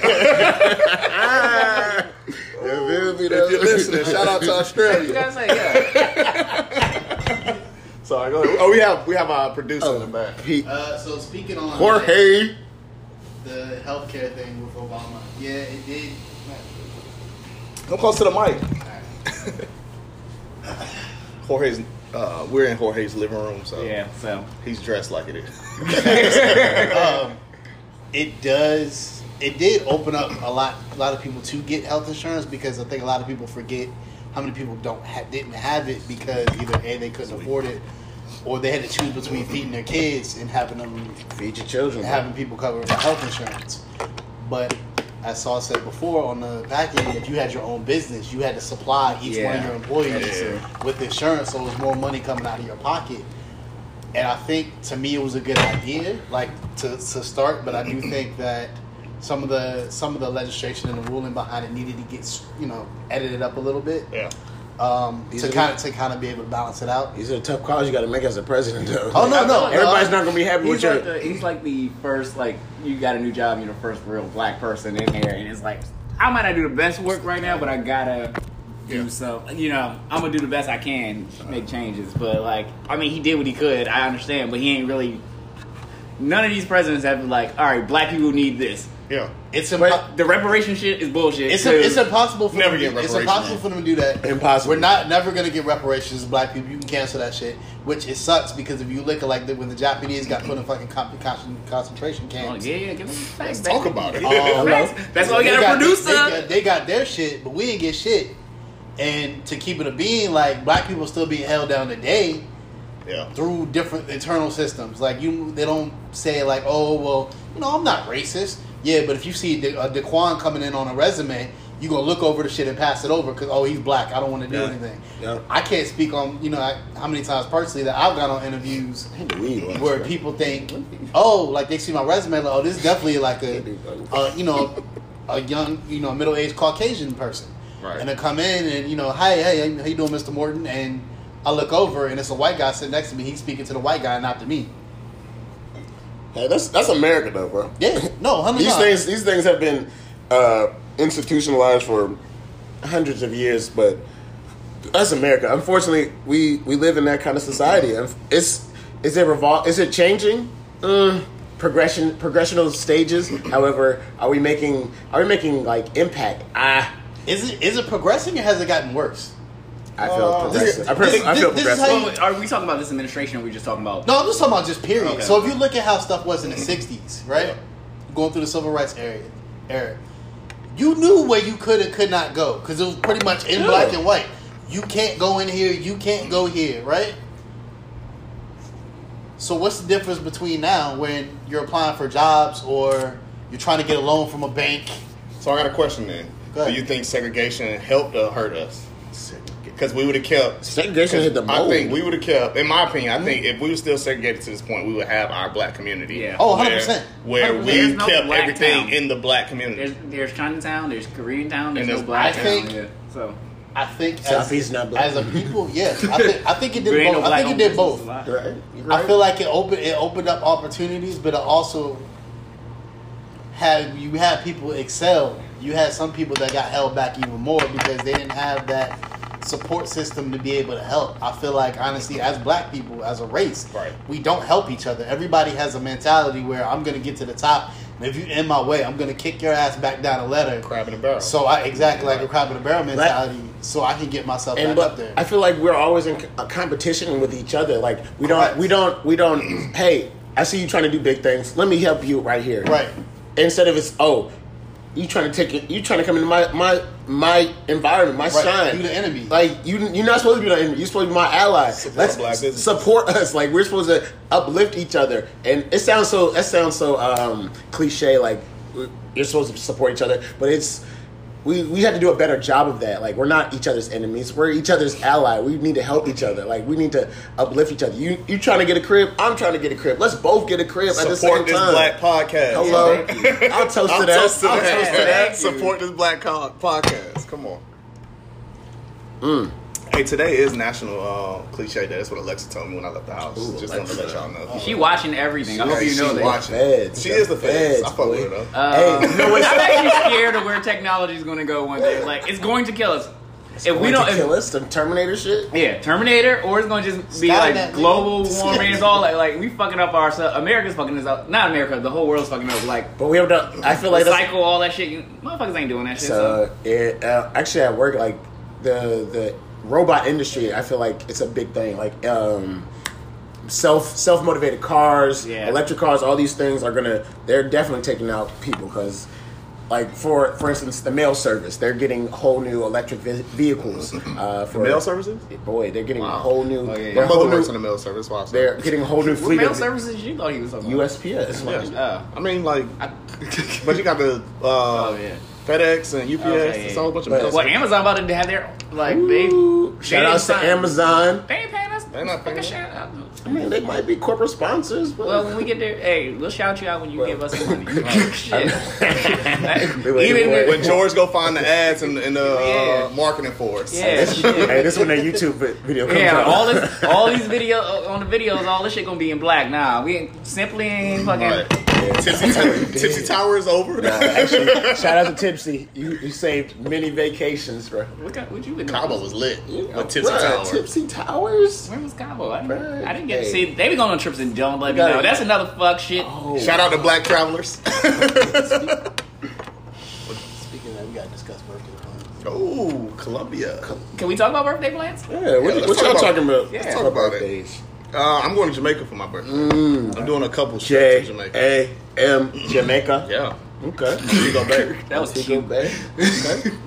if you're listening, shout out to You Australia. gotta say, yeah. [LAUGHS] Sorry, go ahead. Oh, we have we have our producer in the back. Pete. Uh, so speaking on Jorge. the healthcare thing with Obama, yeah, it did. Come close to the mic. [LAUGHS] Jorge's, uh, we're in Jorge's living room, so yeah. So he's dressed like it is. Um, it does. It did open up a lot. A lot of people to get health insurance because I think a lot of people forget how many people don't ha- didn't have it because either a they couldn't afford it, or they had to choose between feeding their kids and having them Feed your children. and having people covered by health insurance. But as Saul said before on the back end, if you had your own business, you had to supply each one of Yeah. your employees Yeah. with insurance, so it was more money coming out of your pocket. And I think to me it was a good idea, like to, to start. But [CLEARS THROAT] I do think that some of the some of the legislation and the ruling behind it needed to get you know edited up a little bit Yeah. um, These to are the- kind of to kind of be able to balance it out. These are tough calls you got to make as a president though. Oh no, no, Everybody's no. not gonna be happy with he's your. like, the, he's like the first like you got a new job, you're the first real black person in there, and it's like I might not do the best work right now, but I gotta do so. You know, I'm gonna do the best I can, make changes. But like, I mean, he did what he could. I understand, but he ain't really. None of these presidents have been like, all right, black people need this. Yeah. It's impo- But the reparation shit is bullshit. It's, too. it's impossible for Never them to get do- It's reparations. impossible for them to do that. Impossible. We're not never gonna get reparations as black people. You can cancel that shit, which it sucks because if you look at like the, when the Japanese got put in fucking con- con- concentration Oh, camps, yeah, yeah, give us the facts, baby. Talk about it. Oh, Facts. That's why we they got a producer. They got, they got their shit, but we didn't get shit. And to keep it a being, like black people still being held down today yeah. through different internal systems. Like you, they don't say like, "Oh, well, you know, I'm not racist." Yeah, but if you see De- uh, Daquan coming in on a resume, you gonna look over the shit and pass it over because oh, he's black. I don't want to do Yeah. anything. Yeah. I can't speak on you know I, how many times personally that I've gone on interviews Weed was, where bro. people think, oh, like they see my resume, like, oh, this is definitely like a, uh, you know, a young, you know, middle aged Caucasian person. Right. And I come in and you know, hey, hey, how you doing, Mr. Morton? And I look over and it's a white guy sitting next to me. He's speaking to the white guy, not to me. Hey, that's that's America though, bro. Yeah, no, hundred These things these things have been uh, institutionalized for hundreds of years, but that's America. Unfortunately, we, we live in that kind of society. And It's is it revol- is it changing? Mm, progression progressional [CLEARS THROAT] stages. However, are we making are we making like impact? Ah, Is it is it progressing or has it gotten worse? I feel Uh, progressive. I, pres- this- I feel this- this is how progressive. you- Wait, Are we talking about this administration or are we just talking about No, I'm just talking about just period. Okay. So if you look at how stuff was in the '60s, right, going through the civil rights area, era, you knew where you could and could not go because it was pretty much in Yeah. black and white. You can't go in here. You can't go here. Right. So what's the difference between now when you're applying for jobs or you're trying to get a loan from a bank? So I got a question then. Go ahead. Do you think segregation helped or hurt us? Because we would have kept Segregation hit the I mold. think we would have kept, in my opinion, I think Mm. if we were still segregated to this point, we would have our black community. Yeah. Where- Oh, 100%. Where, There's we no kept black everything town. in the black community. There's there's Chinatown, there's Koreantown, there's And no there's- black I town. think- yeah. so. I think as, Southeast not black. as a people, yes, I think I think it There ain't did no both. I black think it did owned both. businesses alive. Right? I feel like it opened it opened up opportunities, but it also had you had people excel. You had some people that got held back even more because they didn't have that support system to be able to help. I feel like honestly, as black people, as a race, Right. we don't help each other. Everybody has a mentality where I'm gonna get to the top, and if you in my way, I'm gonna kick your ass back down a ladder. Crab in a barrel. So I exactly like a crab in a barrel mentality. so I can get myself and back but up there. I feel like we're always in a competition with each other. Like we don't, Correct. we don't, we don't. [CLEARS THROAT] hey, I see you trying to do big things. Let me help you right here. Right. Instead of it's oh, you trying to take it, you trying to come into my my my environment, my Right. shine. You the enemy. Like you, you're not supposed to be the enemy. You're supposed to be my ally. Support Let's black business. support us. Like we're supposed to uplift each other. And it sounds so that sounds so um, cliche. Like you're supposed to support each other, but it's we we have to do a better job of that. Like we're not each other's enemies. We're each other's ally. We need to help each other. Like we need to uplift each other. You you trying to get a crib? I'm trying to get a crib. Let's both get a crib at the same Support this time. black podcast. Hello. Yeah, thank I'll toast to I'm that. toast to I'll that. toast to that. Thank you. Support this black co- podcast. Come on. Mm. Hey, today is National uh, Cliche Day. That's what Alexa told me when I left the house. Ooh, Just Alexa. wanted to let y'all know. She watching everything. I hope you know She's that. [LAUGHS] watching. Feds. she is the feds. I fuck boy. with her though. Uh, hey, you know what's I'm actually scared of where technology is going to go one day. Like it's going to kill us. if we going don't, to if- kill us? Some Terminator shit. yeah, Terminator, or it's going to just be like Skynet, nigga. global warming. It's all like like we fucking up ourselves. America's fucking us up. Not America. The whole world's fucking up. Like But we have done. I feel like that's cycle all that shit. You, motherfuckers ain't doing that shit. So. So it uh, actually at work like the the robot industry I feel like it's a big thing like um self self motivated cars Yeah. electric cars all these things are gonna they're definitely taking out people because like for for instance the mail service they're getting whole new electric ve- [LAUGHS] vehicles uh, for mail services. boy they're getting Wow. a whole new Oh, yeah, yeah. they're My mother whole works new- in the mail service. Why? they're getting a whole new What fleet mail of services you thought he was talking about? USPS like, Yeah. Oh. I mean, like, I- [LAUGHS] but you got the uh, Oh yeah. FedEx and UPS. Okay, yeah, It's a whole bunch of But- mail. Well, services. Amazon about to have their like they. Ooh, shout they outs to sign- Amazon They ain't paying us. They not paying fucking us. shout out. I mean they might be corporate sponsors but Well, when we get there, hey, we'll shout you out when you give us some money. Shit. [LAUGHS] [LAUGHS] They waiting Even for it. with- when George go find the ads and, and the uh, Yeah. marketing for us. yeah, shit. hey, this when that YouTube vi- video comes Yeah, out. all this, all these video on the videos, all this shit gonna be in black. Nah, we ain't, simply ain't fucking. Right. Tipsy, Tipsy Tower is [LAUGHS] over. Actually, shout out to Tipsy. You, you saved many vacations, bro. What, got, what you been doing? [LAUGHS] Cabo was lit with Tipsy Oh, Bruh, Tower. Tipsy Towers? Where was Cabo? I didn't, I didn't get Hey. to see. They be going on trips and don't let me Gotta- know. That's another fuck shit. Oh. Shout out to [LAUGHS] Black Travelers. [LAUGHS] Speaking of that, we gotta discuss birthday plans. oh, Columbia. Can we talk about birthday plans? Yeah, what, let's what talk y'all about talking about? Yeah. Let's Talk talk about about it. birthdays. Uh, I'm going to Jamaica for my birthday. I'm doing a couple J trips to Jamaica. A M Jamaica. yeah. Okay. You go back. [LAUGHS] That was Let's cute. go back. Okay.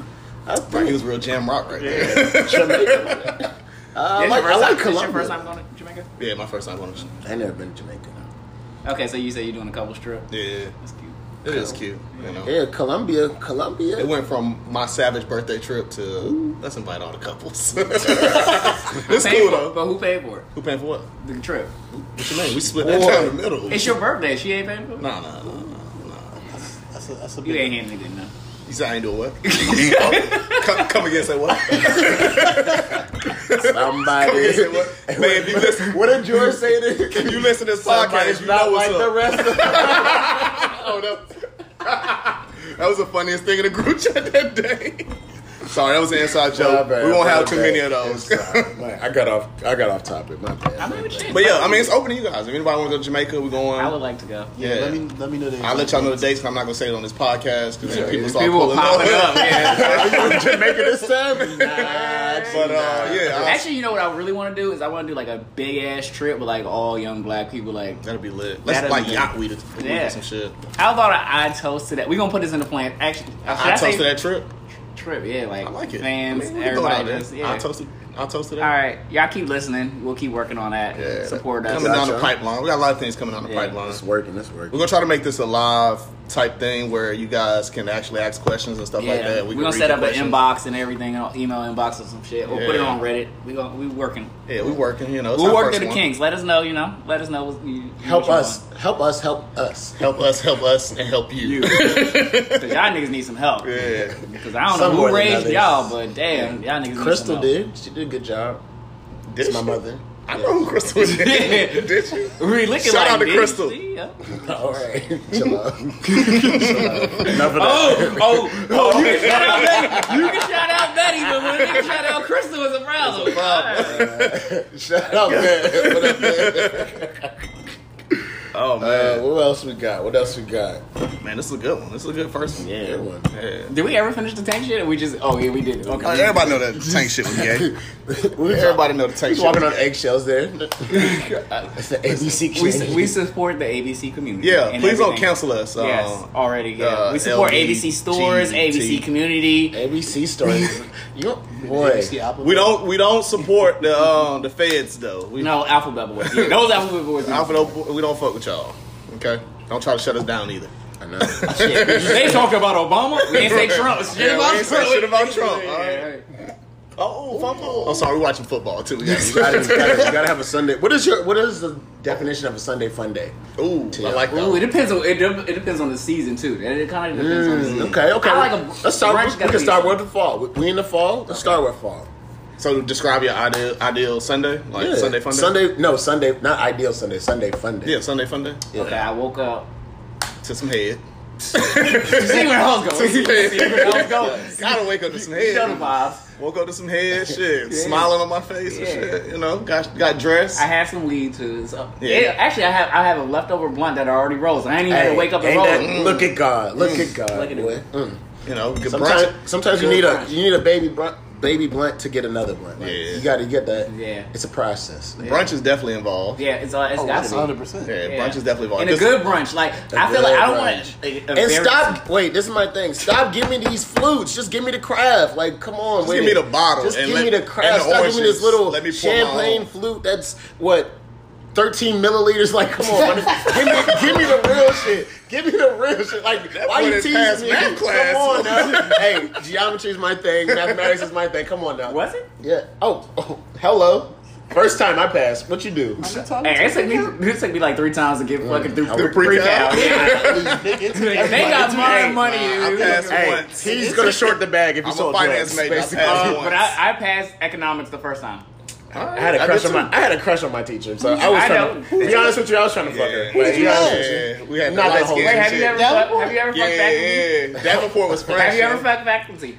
I Right, he think was real jam rock right there. Jamaica. [LAUGHS] Uh, I That's like, your first I like time- that's Colombia. your first time going to Jamaica? [LAUGHS] yeah, my first time going to Jamaica. I never been to Jamaica. no. Okay, so you say you're doing a couple's trip. Yeah, That's cute. it is cute. You know, Yeah, Colombia, Colombia. [LAUGHS] it went from my savage birthday trip to let's invite all [LAUGHS] the couples. [LAUGHS] it's Paid cool for- though. But who paid for it? Who paying for what? The trip. What you mean? We split that down the middle. It's your birthday. She ain't paying for it. Nah, nah, nah, nah, nah. That's a, that's a You big ain't handling it now. You said I [LAUGHS] ain't doing what? come, come again, say what? Somebody. Come again, say what? [LAUGHS] Man, if you listen, What did George say to [LAUGHS] if you listen to this Somebody's podcast, you not know what's like up. the rest [LAUGHS] of them. Oh, that, [LAUGHS] that was the funniest thing in the group [LAUGHS] chat that day. Sorry, that was an inside joke. we won't have too many of those. I got off. I got off topic. My bad. I mean, what you think? But yeah, I mean, it's open to you guys. If anybody want to go to Jamaica, we're going. I would like to go. Yeah, let me let me know that. I'll let y'all know the dates. 'cause I'm not gonna say it on this podcast because Yeah, people yeah. start People pulling popping [LAUGHS] up. [LAUGHS] Yeah. Are you in Jamaica this time? But uh, yeah, Actually, you know what I really want to do is I want to do like a big ass trip with like all young black people. Like, I, that'll be lit. Let's That'll like be- yacht weed it. Yeah. Yeah. some shit. how about an I toast to that? We gonna put this in the plan. Actually, should I, I say toasted that trip. trip. Yeah, like, I like it. fans, I mean, we can throw it out everybody. there. Just, yeah. I toasted. I toasted it. All right, y'all keep listening. We'll keep working on that. Yeah. Support us. Coming down the Gotcha. pipeline. We got a lot of things coming down the Yeah. pipeline. It's working. It's working. We're gonna try to make this a live type thing where you guys can actually ask questions and stuff Yeah, like that. we We are can gonna read set your up an questions. inbox and everything, an email inbox or some shit. We'll put it Yeah. on Reddit. We gonna we working. Yeah, we working. You know, it's we'll our work first through the one. kinks. Let us know. You know, let us know. What you, you Help what you us. Help us. Help us. Help us, help us, and help you. want. 'Cause y'all niggas need some help. [LAUGHS] yeah, Because I don't Some know more who than raised others. y'all, but damn, y'all niggas. need Crystal some help. did. She did a good job. It's Did my she? [LAUGHS] mother. I know who Crystal is. [LAUGHS] Yeah. Did you? We looking Shout like out to bitches, Crystal. see? [LAUGHS] Yeah. All right. Chill out. Chill out. Enough of that. oh, Oh, oh, oh! You can shout out that. You can shout out that even when niggas shout out Crystal was a problem. God. [LAUGHS] Shut up, man. What up, man? [LAUGHS] Oh Uh, man, what else we got? What else we got? man, this is a good one. This is a good first one. Good one. Yeah. Did we ever finish the tank shit? Or we just oh yeah we did. Okay. Uh, everybody know that tank shit eh? was [LAUGHS] gay. [LAUGHS] We was- Everybody know the tank He's shit. eh? walking was on gay. eggshells [LAUGHS] there. It's the ABC We, kid. we support the ABC community. Yeah, and please don't everything. cancel us. Uh, yes, already. Yeah, uh, we support LBGT. ABC stores, ABC community. ABC [LAUGHS] stories. you boy. We don't. We don't support the um, the feds though. We No, Alphabet Boys. Yeah, those Alphabet Boys. Alpha don't, we don't fuck with y'all. Okay, don't try to shut us down either. I [LAUGHS] know. they talk about Obama. We ain't say Trump. Shit Yeah, we about ain't say Trump. shit about Trump, Yeah, [LAUGHS] all right. yeah, yeah. Oh, fumble! Oh, sorry, we watching football too. We got You gotta, you gotta- you gotta have a Sunday. What is your? What is the definition of a Sunday fun day? [LAUGHS] Ooh, I like that. Ooh, it one. depends on it, de- it depends on the season too. It, kind of depends on the season. Okay, okay. I like a Let's start. brunch With, we gotta can be- start with the fall. We- We in the fall. Let's start with fall. So describe your ideal ideal Sunday, like Yeah. Sunday fun day. Sunday. No, Sunday. Not ideal Sunday. Sunday fun day. yeah, Sunday fun day. Yeah. Okay, I woke [LAUGHS] up. To some head. You see where I was going. You see where I was [LAUGHS] going. Gotta wake up to some You know the head. vibes. Woke up to [LAUGHS] some head shit, Yeah. smiling on my face and Yeah. shit. You know, got got dressed. I had some weed too. So. Yeah. Yeah, actually, I have I have a leftover blunt that I already rolled. So I ain't mm. even had to wake up and ain't roll. that- it. look at God. Look at God. Look at boy. it. Mm. you know, good brunch. Sometimes, sometimes you Good need a brunch. you need a baby blunt, baby blunt to get another blunt. Like, Yeah. You got to get that. Yeah. It's a process. Brunch is definitely involved. Yeah, it's uh, it's Oh, got that's to be. 100. percent Yeah, Yeah. brunch is definitely involved. And a This- good brunch, like A I feel good like I don't brunch. want to. And stop! Wait, this is my thing. Stop giving me these flutes. Just give me the craft. Like, come on, Just with give me it. the bottle Just and give let- me the and craft. the Stop giving me oranges. this little Let me pour my champagne own. flute. That's what thirteen milliliters. [LAUGHS] Like, come on, buddy. give, me, give me the real shit. Give me the real shit. Like, That why boy you done tease passed me? math class. Come on [LAUGHS] now. hey, geometry is my thing. Mathematics is my thing. Come on now. Was it? Yeah. Oh, oh, hello. First time I passed. What you do? Hey, it took me it took me like three times to get fucking through the pre-cal? pre-cal. Yeah. they got my Hey, money. I dude. passed Hey, once. he's gonna short the bag if you I'm saw a finance drugs, major. I basically. Uh, passed Uh, once. but I, I passed economics the first time. I had a crush on did my too. I had a crush on my teacher, so I was I trying to know. be honest with you, I was trying to fuck Yeah, her. But, you yeah, know? yeah, we had Not that the whole light skins Wait, and have you shit. ever That fucked, was- have you ever Yeah, fucked faculty? yeah, yeah. Davenport was fresh. Have you ever yeah. fucked faculty?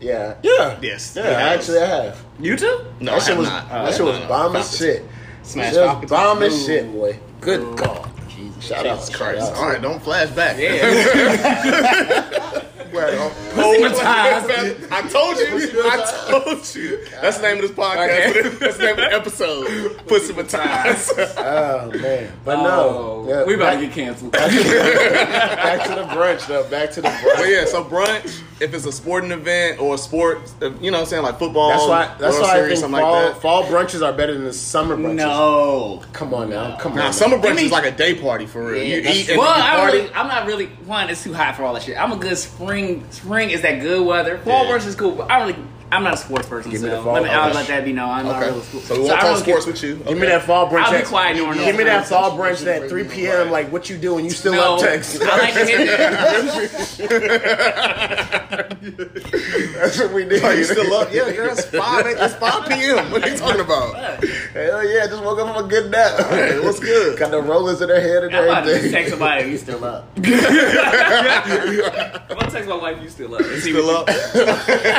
yeah, yeah, Yes, yeah. he has. Actually, I have. You too? No, I that shit have was not. Uh, that shit was No, no, bomb no. as shit. Smash Just pockets. bomb as Ooh. shit, boy. Good God. Shout out, Jesus shout Christ. out. All right, don't flash back. Yeah. [LAUGHS] Well, Pussy-matized. I told you. I told you. That's the name of this podcast. Okay. That's the name of the episode. Pussy Matized. Oh man, but Oh, no, yeah, we about back, to get canceled. back to the brunch though. Back [LAUGHS] to the brunch. But yeah, so brunch, if it's a sporting event or a sport, if- you know what I'm saying, like football, That's why. That's World why I Series, think something fall, like that. fall brunches are better than the summer brunches. no. Come on now, come on. Nah, now. summer brunch me- is like a day party for real. Yeah, you that's- eat and well, you I party. really, I'm not really one. It's too hot for all that shit. I'm a good spring. Spring is that good weather. Fall Yeah. brunch is cool. But I really, I'm not a sports person. Give so me the fall let me, I'll brunch. let that be known. I'm not really a school. So we won't I talk really sports give- with you. Give me that fall brunch. I'll be at- quiet during Give me that those fall brunch at 3 p.m. Like, what you doing? You still No, up text? I like to [LAUGHS] hit [LAUGHS] That's what we do. Are you still [LAUGHS] up? Yeah, girl, it's 5, it's [LAUGHS] 5 p.m. What are you talking about? Hell yeah! Just woke up from a good nap. Hey, what's [LAUGHS] good? Got the rollers in their head and I'm about to everything. just [LAUGHS] text somebody. You still up? I'm about to text my wife. You still up? And see Still what- up?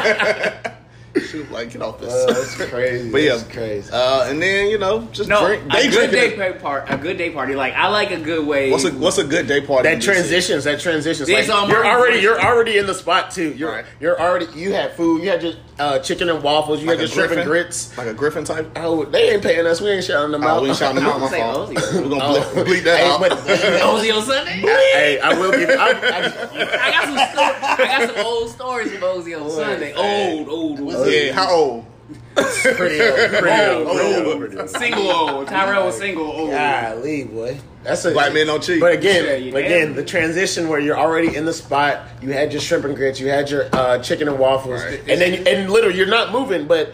[LAUGHS] she was like, get off this. Oh, that's crazy. But yeah, that's crazy. Uh, and then you know, just No, drink. a good drinking day pa- is- part. A good day party. Like I like a good way. What's a what's a good day party? that to do transitions. That transitions. These Like, are my you're already. brunches. You're already in the spot too. You're. Right. You're already. You had food. You had just uh, chicken and waffles. You shit? Like had a just shrimp and griffin? grits. Like a griffin type. Oh, they ain't paying us. We ain't shouting them Oh, out. Oh. we ain't shouting [LAUGHS] them out. I My would say fault. [LAUGHS] Ozzy. We're gonna ble- bleep that Hey, out. but- [LAUGHS] Ozzy on Sunday. hey, I will give. I, I, I got some sto- I got some old stories from Ozzy on Sunday. Old, old, old. [LAUGHS] yeah, how old? pretty old, Oh, pretty old, Old, pretty old. old, pretty old. Single old. Tyrell was single old. Golly, boy. That's a Black men don't cheat. But Yeah, again, you but again, can. the transition where you're already in the spot. You had your shrimp and grits. You had your uh, chicken and waffles, Right. and then and literally you're not moving, but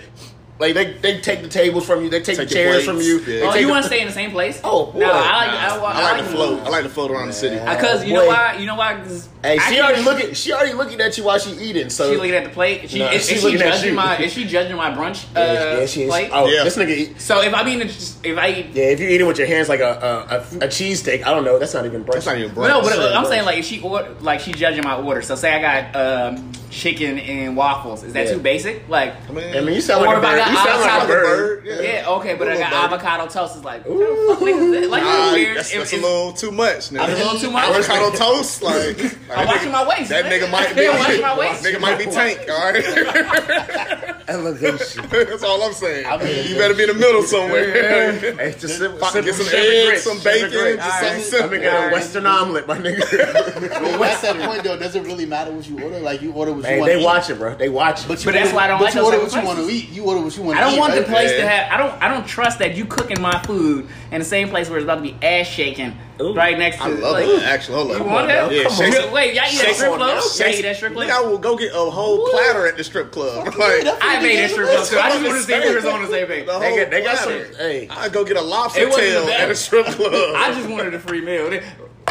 like they, they take the tables from you. They take, Take the your chairs from plates. you. Yeah. They Oh, take you the- want to stay in the same place? Oh, boy. no, I like I, I, wa- like to float. I like to float around the city. Man. Because you Boy. know why? You know why? 'Cause Hey, I she can't- already looking. She already looking at you while she eating. So She looking at the plate. She, Nah, is, she is she looking at judging you. my? Is she judging my brunch uh, yeah, yeah, she is. plate? Oh, Yeah. this nigga eat. So if I mean, if I eat, Yeah, if you're eating with your hands like a a, a, a cheesesteak, I don't know. That's not even brunch. That's not even brunch. no, but sure, I'm brunch. saying like if she order, like she judging my order. So say I got um, chicken and waffles. Is that Yeah. too basic? Like, I mean, I mean, you sound like Or a if I bird. got You sound like a avocado- bird. Yeah. yeah, okay, but I Little got bird. avocado toast. Is like, what the fuck is that? like that's Nah, weird. that's, If- that's a if- little too much. Nigga. I was a little too much. Avocado toast, like, like I'm watching my waist. That nigga might [LAUGHS] be I'm [LAUGHS] watching my waist. Nigga might be tank. All right, [LAUGHS] Elevation. that's all I'm saying. mean- you better be in the middle [LAUGHS] somewhere. Hey, just sim- Fuck, simple Get some shit. eggs, some Sugar bacon, grits. All just something right. I'm simple. making a Western omelet, my [LAUGHS] nigga. But at that point though, does it really matter what you order? Like you order what you hey, want. they watch it, bro. They watch it. But, you But that's order- why I don't but like you those order type of what you want to places. eat. You order what you want. I don't eat, want the right? place to Yeah. have. I don't. I don't trust that you cooking my food in the same place where it's about to be ass shaking Ooh. right next to. I love like, it. Actually, hold up. You want that? Yeah, Come on. shake some- Wait, y'all eat Shake at strip on clubs? now. Y'all eat at strip Nigga, I clubs? will go get a whole platter at the [LAUGHS] strip club. Yeah, Like, that's I what it made at is. strip clubs. too. I just want to see if we was on the same page. the They whole got- they got platter. some- hey. I go get a lobster It wasn't tail bad. at a strip club. [LAUGHS] I just wanted a free meal.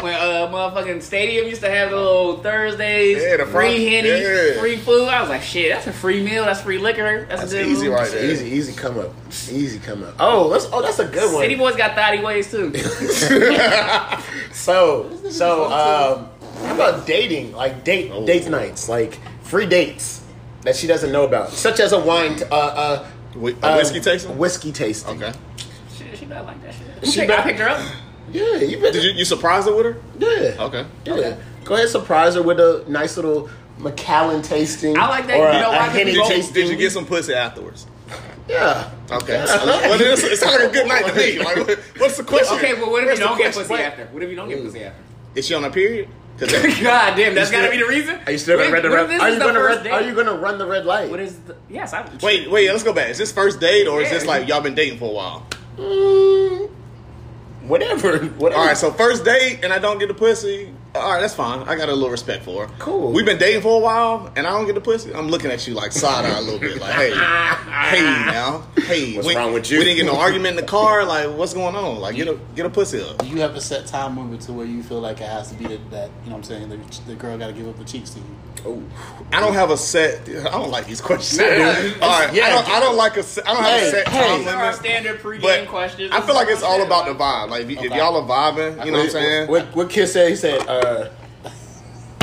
When uh, motherfucking stadium used to have the little Thursdays, Yeah, the front- free henny, yeah. free food. I was like, shit, that's a free meal. That's free liquor. That's, That's a good easy one. right It's there. an Easy, easy come up. Easy come up. Oh, that's oh, that's a good City one. boys got thotty ways too. So, so um, how about dating? Like date Oh. date nights, like free dates that she doesn't know about, such as a wine, t- uh, uh, Whi- Um, uh, a whiskey tasting? whiskey tasting. Okay. she, she not like that shit. She She I not- picked her up. Yeah, you better. Did you, you surprise her with her? yeah. Okay. Yeah. Go ahead, surprise her with a nice little Macallan tasting. I like that. Or You know a, why? a 'Cause Henny you Did you, tasting. did you get some pussy afterwards? Yeah. Okay. well, then it's, it sounds like a good night to me. Like, what's the question? Okay, but what if Where's you the don't get question? pussy after? What if you don't get pussy after? [LAUGHS] Is she on a period? 'Cause that- God damn, that's still- gotta be the reason. Are you still gonna What run if- the what if red? this Are is you the gonna first run? date? Are you gonna run the red light? What is the? Yes, I. wait, wait. Let's go back. Is this first date or is this Yeah. like y'all been dating for a while? Mm, whatever. Whatever. All right, so first date and I don't get the pussy. All right, that's fine. I got a little respect for her. Cool. We've been dating for a while and I don't get the pussy. I'm looking at you like side eye a little bit, like hey, hey now, hey. What's we- wrong with you? We didn't get in an argument in the car. Like what's going on? Like get a get a pussy up. Do you have a set time limit to where you feel like it has to be that, that you know what I'm saying, the, the girl got to give up the cheeks to you? Oh, I don't have a set. I don't like these questions. Nah, All it's- right, I yeah. don't. I don't like a. Set, I don't have Hey, a set hey. time These are our limit. standard pregame But questions. I feel like it's all Shit. about the vibe. Like if, y- if Okay. y'all are vibing, you know what I'm saying. What, what Kid said? He said, uh,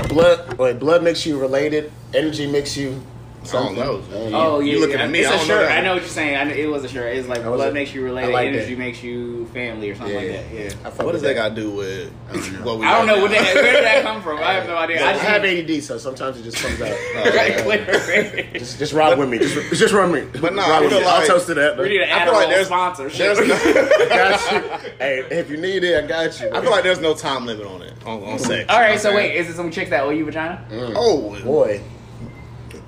"Blood, wait, blood makes you related. Energy makes you." I don't know. Oh yeah, you looking yeah. at me? It's I a don't know shirt. that. I know what you're saying. I know, it was a shirt. It's like That was blood it. makes you I related, like energy that. makes you family, or something like that. Yeah. I fuck What with does that got to do with what we? I don't got know what now? that, where did that come from. I have no idea. I I just just have ADD, so sometimes it just comes [LAUGHS] out. [LAUGHS] Right, [LAUGHS] clear. just, just ride with me. Just, just run me. But nah, ride I with me. feel I'll like- toast to that. We need But an I feel like Adderall there's- sponsor. [LAUGHS] There's Shit. no, I got you. Hey, if you need it, I got you. I feel like there's no time limit on it on, on sex. All right, so wait, is it some chick that owe you vagina? Oh, is boy.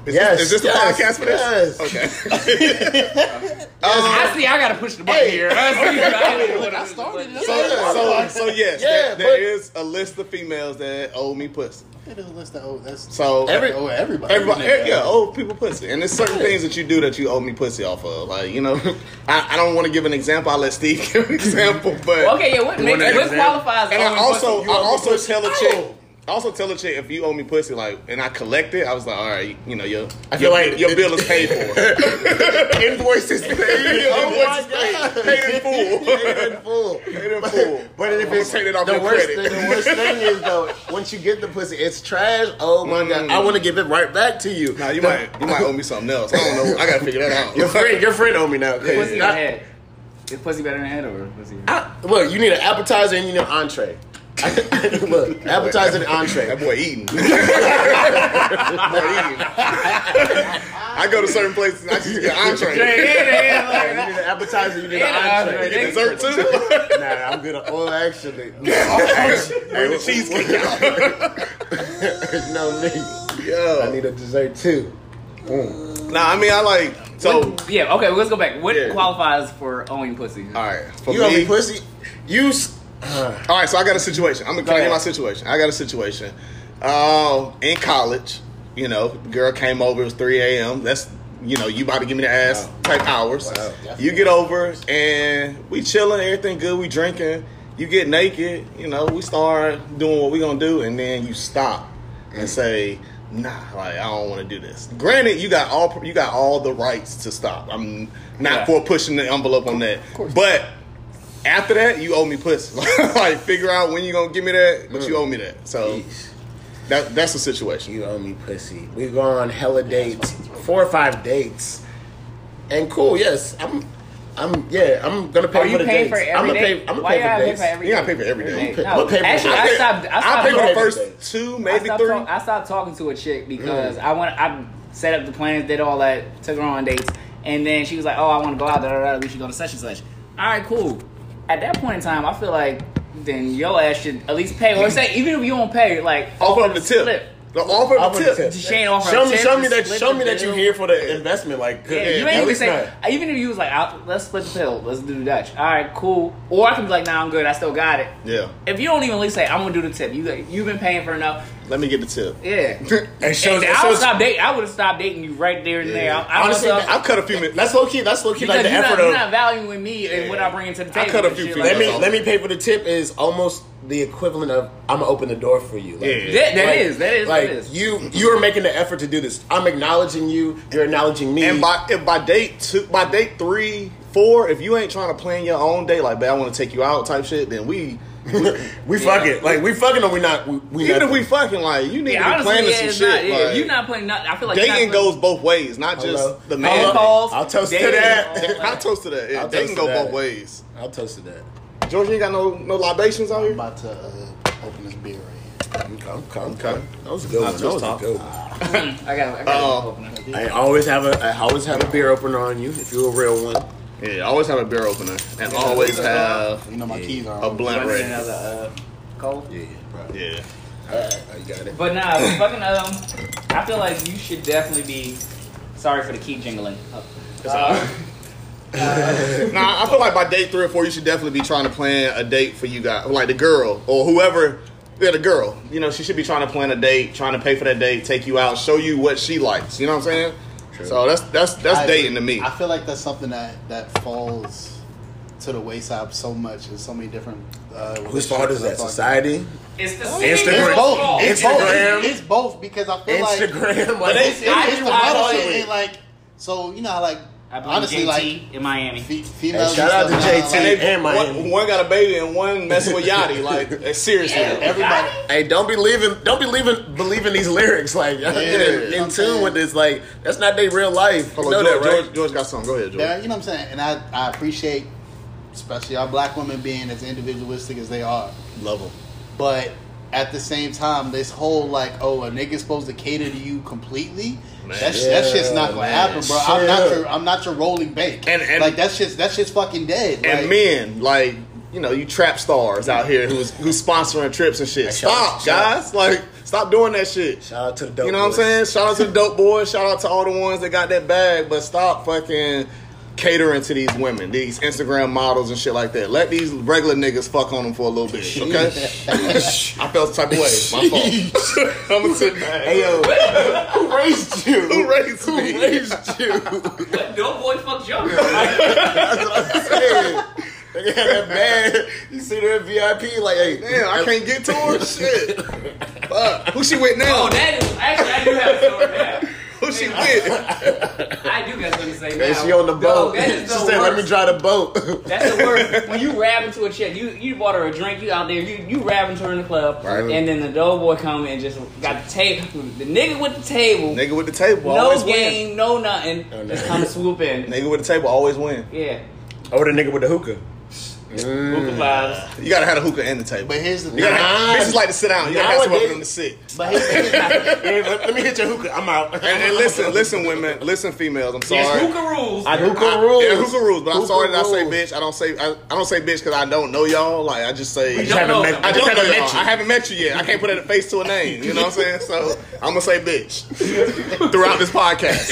this, Yes, is this the yes, podcast for this? yes. [LAUGHS] Okay. I see. I gotta push the button here. I see, I- Look, I started it. So, so, so yes, Yeah, there- but- there is a list of females that owe me pussy. That is a list of- oh, that's So Every- oh, everybody. Everybody, Isn't it? eh, yeah, [LAUGHS] oh, old people pussy, and there's certain things that you do that you owe me pussy off of. Like you know, [LAUGHS] I, I don't want to give an example. I'll let Steve [LAUGHS] give [LAUGHS] an example, but okay, yeah. What, want makes, that what exam? qualifies? and I owing pussy? also I owe me also pussy. tell a Oh. chick. I also tell a chick if you owe me pussy, like, and I collect it, I was like, all right, you know, your I feel your, like- your bill is [LAUGHS] paid for. Invoices [LAUGHS] Oh [LAUGHS] paid in full. full. [LAUGHS] paid in full. But if I'ma it's take it off the your worst, credit. thing, the worst thing is [LAUGHS] though, once you get the pussy, it's trash. Oh my god, Mm. I want to give it right back to you. Nah, you The- might you might owe me something else. I don't know. I gotta figure that out. Your [LAUGHS] friend, your friend owe me now. pussy Not- or head. Is pussy better than head or pussy? [LAUGHS] I- look, you need an appetizer and you need an entree. [LAUGHS] look, appetizer and entree. That boy [LAUGHS] eating. That boy eating. I go to certain places. I just get entree. You need an appetizer, you need an And entree. entree. Dessert too. Nah, I'm good at oil actually. [LAUGHS] Bring the cheesecake out. no need. I Yo. need a dessert too. Mm. Nah, I mean I like so. What- yeah. Okay, let's go back. What Yeah. qualifies for owing pussy? All right, for You owe me me. pussy. You. s- Uh, All right, so I got a situation. I'm gonna tell you ahead. my situation. I got a situation. Um, in college, you know, the girl came over. It was 3 a.m. That's you know, you about to give me the ass type hours. You get over and we chilling, everything good. We drinking. You get naked. You know, we start doing what we gonna do, and then you stop Mm. and say. Nah, like I don't want to do this. Granted, you got all you got all the rights to stop. I'm not Yeah. for pushing the envelope on that, but [LAUGHS] after that, you owe me pussy. like, figure out when you gonna give me that, but you owe me that. So, That, that's the situation. Hmm. You owe me pussy. We go on hella dates, four or five dates, and cool. Yes, I'm. I'm. Yeah, I'm gonna pay Are you for the dates. paying for I'm every gonna day? pay. I'm gonna Why pay you gotta for pay dates. for every You day? gotta pay for every day. Every You pay- we'll pay for actually, every I day. stopped. I I'll stopped pay for the Every first day. two, I maybe stopped three. Mm. talk- I stopped talking to a chick because I want. I set up the plans, did all that, took her on dates, and then she was like, "Oh, I want to go out. Da, da, da, we should go to such and such." All right, cool. At that point in time, I feel like then your ass should at least pay, or say even if you don't pay, like Offer up the slip. tip. The offer up Offer the the tip. tip. She ain't offer Show a me, tip, show me just that, split show the me that you're bill. here for the investment. Like, Yeah, you ain't even say. Even if you was like, "I- "Let's split the bill. Let's do Dutch." All right, cool. Or I can be like, "Nah, I'm good. I still got it." Yeah. If you don't even at least say, "I'm gonna do the tip," you you've been paying for enough. Let me get the tip. Yeah. And shows, And it I would shows stop dating. I would have stopped dating you right there and there. I, I Honestly, honestly, that- I'll cut a few minutes. that's low key. That's low key. Like the you're, effort not, you're of not valuing me and what I bring to the table. cut a and few shit feet like let me That's all. let me pay for the tip is almost the equivalent of I'm gonna open the door for you. Like, Yeah. That, that like- is, that is, like that is. you you are making the effort to do this. I'm acknowledging you. You're acknowledging me. And by if by date two, by date three, four, if you ain't trying to plan your own day, like, babe, I want to take you out, type shit, then we, [LAUGHS] we fuck it. Like we fucking or we not. We, we even if nothing. we fucking like, you need yeah, to be honestly, planning yeah, some it's shit. not. Yeah, like, you're not putting nothing. I feel like you're dating not putting, goes both ways, not just Hello? the Phone man. calls. I'll toast to dating, that. all I toast to that. Yeah, I'll they can toast go to that. both ways. I'll toast to that. George, you ain't got no no libations out I'm here. about to uh, open this beer right here. I'm com- com- Okay. That was a good one. That was a good one. I got. I got Oh. open I always have a I always have a beer opener on you if you're a real one. Yeah, always have a beer opener and always have You know my keys are a on. blunt ready. another uh, cold. Yeah. Yeah. I got it. But nah, fucking um, I feel like you should definitely be. Sorry for the key jingling. Uh, Nah, I feel like by date three or four, you should definitely be trying to plan a date for you guys, like the girl or whoever. Yeah, the girl. You know, she should be trying to plan a date, trying to pay for that date, take you out, show you what she likes. You know what I'm saying? So that's that's that's I- dating to me. I feel like that's something that that falls to the wayside so much in so many different. Uh, Whose fault is that? Society, it's the Instagram. It's both. It's both. Instagram. It's both because I feel like Instagram. Like, it's, it's, I it's do the hide model all shit. of it. ain't like so you know how like I blame honestly JT like in Miami. fe- females. shout out and to JT. stuff, now, and like, they, And Miami. one, one got a baby and one messing with [LAUGHS] Yachty. Like eh, seriously, everybody. Hey, don't be leaving. Don't be leaving. Believing these lyrics, like y'all getting in I'm saying. tune with this. Like that's not their real life. You Hold know on, that, George, right? George, George got something. Go ahead, George. Yeah, you know what I'm saying, and I, I appreciate, especially our black women being as individualistic as they are. Love him. But at the same time, this whole like, oh, a nigga's supposed to cater to you completely. Man. That, sh- that shit's not gonna Yeah, happen, bro. I'm shit. not your I'm not your rolling bait. And- and- like that's just that's just fucking dead. And like, men, like you know, you trap stars out here who's who's sponsoring trips and shit. shout out- Stop, shout out. guys! Like stop doing that shit. Shout out to the dope. you know boys. what I'm saying? Shout [LAUGHS] out to the dope boys. Shout out to all the ones that got that bag. But stop fucking catering to these women, these Instagram models and shit like that. Let these regular niggas fuck on them for a little bit, [LAUGHS] okay? I felt the type of way. My fault. I'm gonna sit back. Hey yo, [LAUGHS] who raised you? Who raised Who me? [LAUGHS] raised you? What? No boy fuck you. That's what I'm saying. They had that man. You see their VIP? Like, hey, Damn, I can't get to her. Shit. Fuck. Who she with now? Oh, that is actually I do have a story now. Who she with? I do got something to say [LAUGHS] now. And she on the boat. No, that she is the said, "Let me worst. drive the boat." That's [LAUGHS] the worst. When you rab into a chick, you you bought her a drink. You out there, you you rabbing to her in the club, Right. and then the dough boy come and just got the table. The nigga with the table, Nigga with the table. always no win. game, no nothing, Oh, No just come swoop in. Nigga with the table always win. Yeah, Or Oh, the nigga with the hookah. hookah vibes. You gotta have a hookah and the table. but here's the thing. You [LAUGHS] gotta have, Nah. bitches like to sit down. You gotta have someone Nowadays- for them to sit. But here's, Yeah, let, let me hit your hookah. I'm out. And, and listen, listen, women, listen, females. I'm There's sorry. hookah rules. I, hookah [LAUGHS] I- rules. Yeah, hookah rules. But I'm Hookah sorry that I say rules. bitch. I don't say I, I don't say bitch because I don't know y'all. Like I just say. We don't know met- them. I we don't know haven't y'all. met you. I haven't met you yet. I can't put a face to a name. You know what I'm saying? So I'm gonna say bitch throughout this podcast.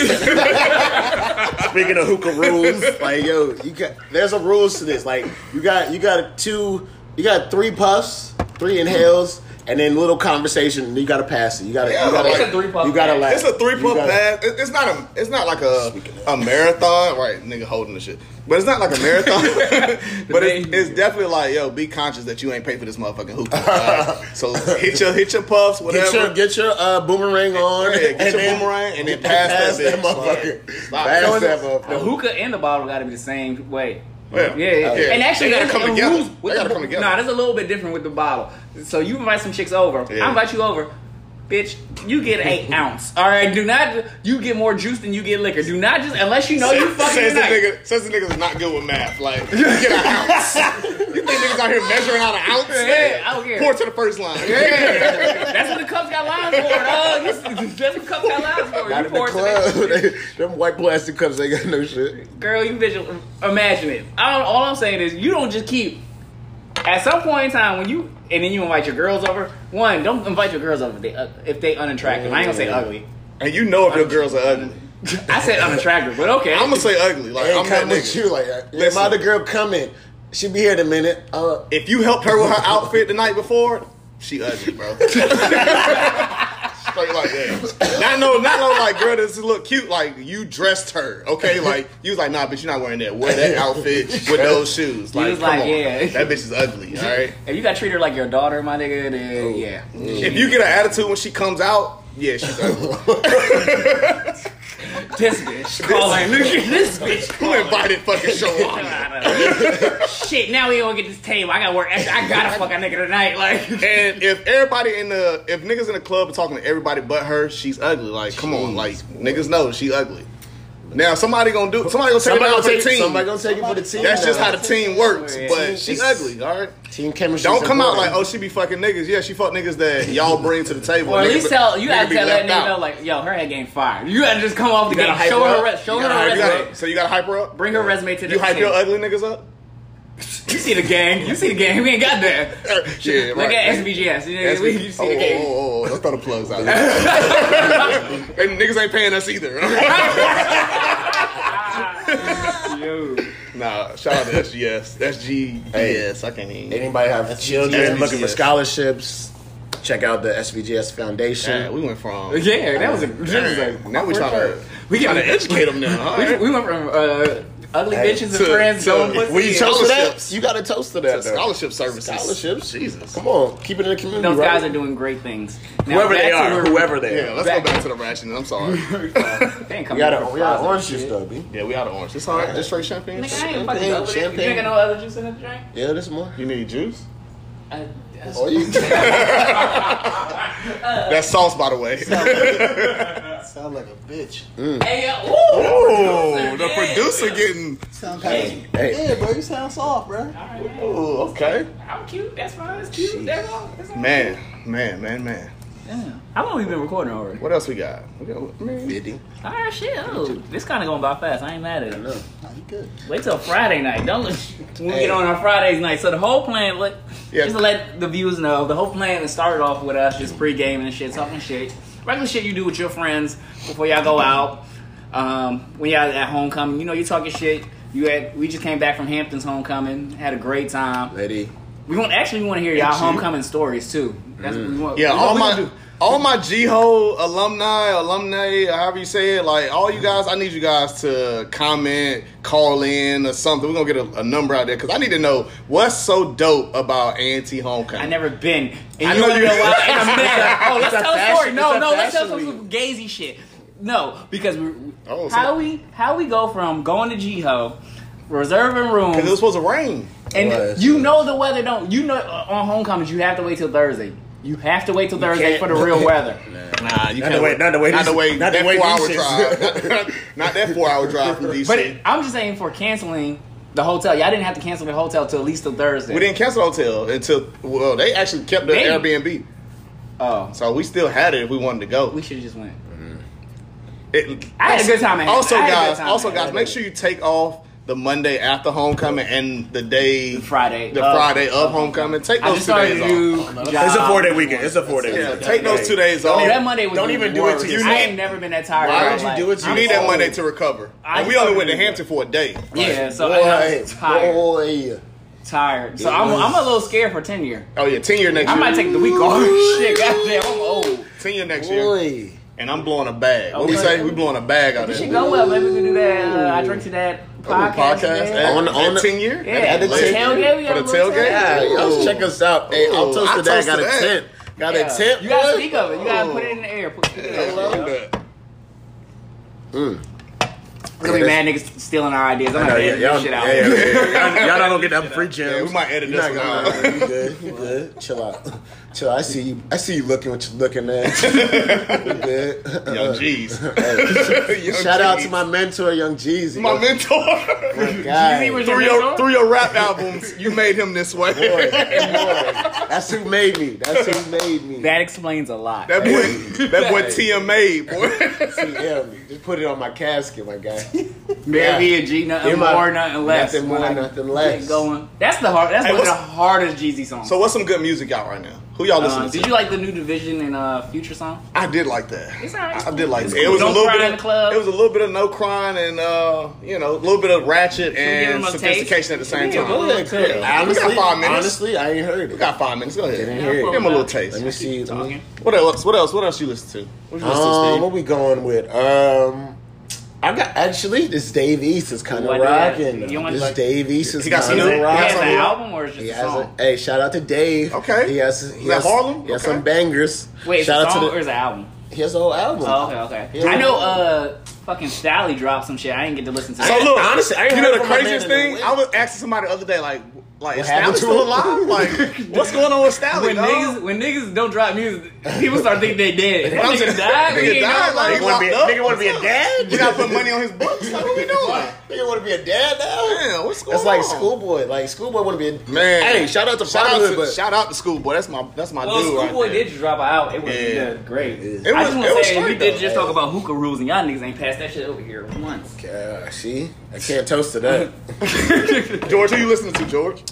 Speaking of hookah rules, [LAUGHS] like yo, you got there's a rules to this. Like you got you got two, you got three puffs, three inhales, and then little conversation. And you got to pass it. You got to. Yeah, you gotta, it's a three-puff You got to pass. laugh. It's a three You puff gotta- pass. It- It's not a. It's not like a a marathon, right? Nigga holding the shit, but it's not like [LAUGHS] a marathon. [LAUGHS] but it's, it's definitely like yo, be conscious that you ain't paid for this motherfucking hookah. [LAUGHS] alright? So hit your hit your puffs, whatever. Get your get your uh, boomerang on. Yeah, get your then- boomerang and then pass that bitch. motherfucker. Stop. Pass that The motherfucker. hookah and the bottle got to be the same way. Yeah, Yeah. yeah. Yeah. and actually, They gotta there's come a together. rules with They gotta the- come together. Nah, that's a little bit different with the bottle. So you invite some chicks over. Yeah. I invite you over. Bitch, you get [LAUGHS] an ounce. All right, do not. You get more juice than you get liquor. Do not just unless you know you fucking Says the, nice. nigga, says the niggas is not good with math. Like, you get an ounce. [LAUGHS] you think niggas out here measuring out an ounce? Yeah, I don't care. Pour to the first line. [LAUGHS] Yeah. That's what the cups got lines for, dog. This- That's what cups got lines for. Not you in the pour it to [LAUGHS] that- club. Them white plastic cups ain't got no shit. girl, you visual, imagine it. I don't, all I'm saying is you don't just keep. At some point in time, when you and then you invite your girls over, one don't invite your girls over if they uh, if they unattractive. I ain't gonna say ugly. And you know if your girls are ugly. I said unattractive, but okay. I'm gonna say ugly. Like, uh, They ain't I'm that come with nigga. you like that. Yeah, Listen. my other girl coming. She be here in a minute. Uh, If you helped her with her outfit the night before, she ugly, bro. Straight like that. Not no, not no, like girl, this look cute. Like you dressed her, okay? Like you was like, nah, bitch, you're not wearing that. Wear that outfit with those shoes. You Like, was come like, on, yeah. that bitch is ugly. All right. if you got treat her like your daughter, my nigga, Oh. then yeah. If you get an attitude when she comes out, yeah, she's ugly. [LAUGHS] This bitch calling. this bitch Who calling. invited fucking Shawana? Shit, now we gonna get this table. I gotta work extra. I gotta fuck a nigga tonight. [LAUGHS] Like, And if everybody in the if niggas in the club are talking to everybody but her, she's ugly. Like, come on, like niggas know she ugly. Now somebody gonna do somebody gonna take somebody it gonna out for take the team. somebody gonna take it for the team. That's just now. how the team works. Yeah. But she's ugly, all right. team chemistry. Don't come out like, oh, she be fucking niggas. Yeah, she fuck niggas that y'all bring to the table. or at Nigga least be- tell you nigga gotta be tell that left nigga out. know, like, yo, her head game fire. You gotta just come off the gotta game. hype Show her her, up. re- show You her, gotta her hype- you resume. gotta- so you gotta hype her up. Bring her resume to the You hype team. your ugly niggas [LAUGHS] up. You see the gang. You see the gang. We ain't got that. Yeah, Look right. at SBGS. You, know, That's we- me. you see oh, the gang. oh, oh, oh, let's throw the [LAUGHS] plugs [LAUGHS] out. and niggas ain't paying us either. [LAUGHS] nah, shout out to SGS. That's G. Yes, I can't even. Anybody have children SVGS. looking for scholarships? Check out the SVGS Foundation. Damn, we went from. Yeah, that was a. That was a Damn, now we try to. We We get- trying to educate them now. We, huh? we went from uh, ugly Hey, bitches and to- friends to- going pussy. we You toast to that? Scholarships. You got to toast to to that. though. scholarship services. Scholarships? Jesus. Come on, keep it in the community. Those right? guys are doing great things. Now, whoever they back to are, where- whoever they Yeah, are. let's Back- go back to the rationing. I'm [LAUGHS] sorry. They ain't We coming got for we got closet orange shit. juice though, b. yeah, we out of orange. It's all right. Just straight champagne. Nigga, I ain't fucking Champagne, up with it. You champagne. drinking no other juice in the drink? Yeah, this more. You need juice? Uh, that's- Oh, you That's sauce, by the [LAUGHS] way. Sound like a bitch. Hey, yo, woo! Oh, the Yeah. producer getting. Sound kind of, Hey. Yeah, bro, you sound soft, bro. Oh, okay. I'm cute. That's fine. That's cute. That's all. That's all. Man, man, man, man. Damn. How long we been recording already? What else we got? We got man. fifty. All right, shit. Oh, this kind of going by fast. I ain't mad at it. No. Nah, you good. Wait till Friday night. Don't let we get on our Fridays night. So the whole plan, look, Yeah. just to let the viewers know, the whole plan is started off with us just pre-gaming and shit, talking shit, regular shit you do with your friends before y'all go out. Um, when y'all at homecoming, you know you talking shit. You had we just came back from Hampton's homecoming, had a great time. Ready? We want actually we want to hear y'all homecoming stories too. That's what we want. Yeah, we all we my do. all my G Ho alumni, alumni, however you say it, like all you guys, I need you guys to comment, call in or something. We're gonna get a, a number out there because I need to know what's so dope about anti homecoming. I never been. And I you know wanna you- [LAUGHS] know why? And I'm mad. Oh, let's It's a tell a fashion- story. No, it's a no, let's tell fashion some some gazy shit. No, because we Oh, so- how we how we go from going to Jiho, reserving Because it was rooms, supposed to rain. and was- you know the weather don't. You know uh, on homecomings you have to wait till Thursday. You have to wait till Thursday for can't- [LAUGHS] the real weather. Nah, you Not the way- not the way Not the these- way. not Not the that way four hour these [LAUGHS] drive. Not, not that four hour drive from DC. But I'm just saying for canceling the hotel, y'all didn't have to cancel the hotel till at least till Thursday. we didn't cancel the hotel until well, they actually kept the They- Airbnb, Oh, so we still had it if we wanted to go. we should have just went. It- I had a good time at- Also, I had a good guys, time also at- guys, make sure you take off the Monday after homecoming and the day The Friday the of- Friday of homecoming. Take I those just two started days to off. do. It's a job. four day weekend. It's a four day Yeah, weekend. take those two days Oh, off. that Monday was Don't the even do it to worst. you. I ain't never been that tired. Why in would you my do life. it to You I'm need that old. Monday to recover. I And we only went to started- Hampton for a day. Yeah, so Boy, I'm tired. boy. Tired. So I'm, I'm a little scared for ten year. Oh yeah, ten year next I year. might take the week off. [LAUGHS] Shit, goddamn, I'm old. ten year next year, Boy. and I'm blowing a bag. What we Okay. say? We blowing a bag out This there. should go well. Maybe we can do that. Uh, I drink to that Ooh, podcast. podcast man. at, On- on on the- ten year. Yeah, at the tailgate, we got a for the little tailgate. Yeah, y'all check us out. Hey, I'll Ooh, toast I to that. toast Got to a that. tent. Got Yeah. a tent. You gotta boy. speak of it. You gotta Oh. put it in the air. Put, put it in the air. Ooh. There's gonna be mad niggas stealing our ideas. I'm No, gonna yeah, edit y'all, this shit out. yeah, [LAUGHS] yeah, yeah. y'all, y'all not gonna get that free Yeah, gems. we might edit You're this not one gonna- out. You good? You good? Chill out. [LAUGHS] Chill, I see you. I see you looking what you're looking [LAUGHS] at. You good. Young [LAUGHS] G's. [LAUGHS] Shout out to my mentor, Young Jeezy. Oh my mentor. [LAUGHS] Jeezy God. was your through your mentor? through your rap albums, you made him this way. Lord, Lord. [LAUGHS] That's who made me. That's who made me. That explains a lot. [LAUGHS] That boy, that boy TMA, boy. [LAUGHS] TM. Just put it on my casket, my [LAUGHS] guy. Mary Yeah. and G, nothing You're my- more, nothing less. nothing more, Like, nothing get less. Going. That's the hard. That's Hey, one of the what's- hardest Jeezy songs. so what's some good music out right now? Who y'all listening uh, to? did you like the new Division and uh, Future song? I did like that. It's all right. I did like It's that. It was cool. Don't a little Cry bit. in the club. It was a little bit of no crying and uh, you know, a little bit of ratchet give and them a taste? sophistication at the same Yeah, time. go ahead, cook. Yeah. we got five minutes. honestly, I ain't heard it. We got five minutes. Go ahead. Didn't Give hear it. him a little Let taste. me see. Let me- Talking. What else? What else? What else you listen to? What you listen to, Um, Steve? what we going with? Um, I got actually this Dave East is kind Ooh, I of know that. rocking. You wanna- This Dave East is He got some kind Is new it, of he rock has an song. rocking. album or is it He just a has a, song? hey, shout out to Dave. Okay. He has Is he that has, Harlem? He has Okay. some bangers. Wait, it's shout a out song to or the, is it an album? he has a whole album. Oh, okay, okay. Yeah. I know uh, fucking Sally dropped some shit. I didn't get to listen to So that. look, honestly, I ain't heard you know the from my man craziest in a thing? week. I was asking somebody the other day, like, like is Sally happened to still him? alive? Like, what's going on with Sally? when dog? niggas when niggas don't drop music, people start thinking they dead. [LAUGHS] I'm Nigga saying- died. nigga we ain't died, know about it. like, Nigga wanna be- Locked up? nigga want to be a dad. we gotta put money on his books. Like, what we doing? Nigga want to be a dad now. Man, what's going That's like on? schoolboy. Like schoolboy want to be a Man. Hey, shout out to Shout out fatherhood, to but shout out to Schoolboy. That's my that's my Well, dude. right Schoolboy there. did drop out. It was Yeah. yeah. great. It I just want was- it to was say, straight, we did though. just talk about hookah rules, and y'all niggas ain't passed that shit over here once. Yeah, see, I can't toast to [LAUGHS] that. [LAUGHS] George, who you listening to, George?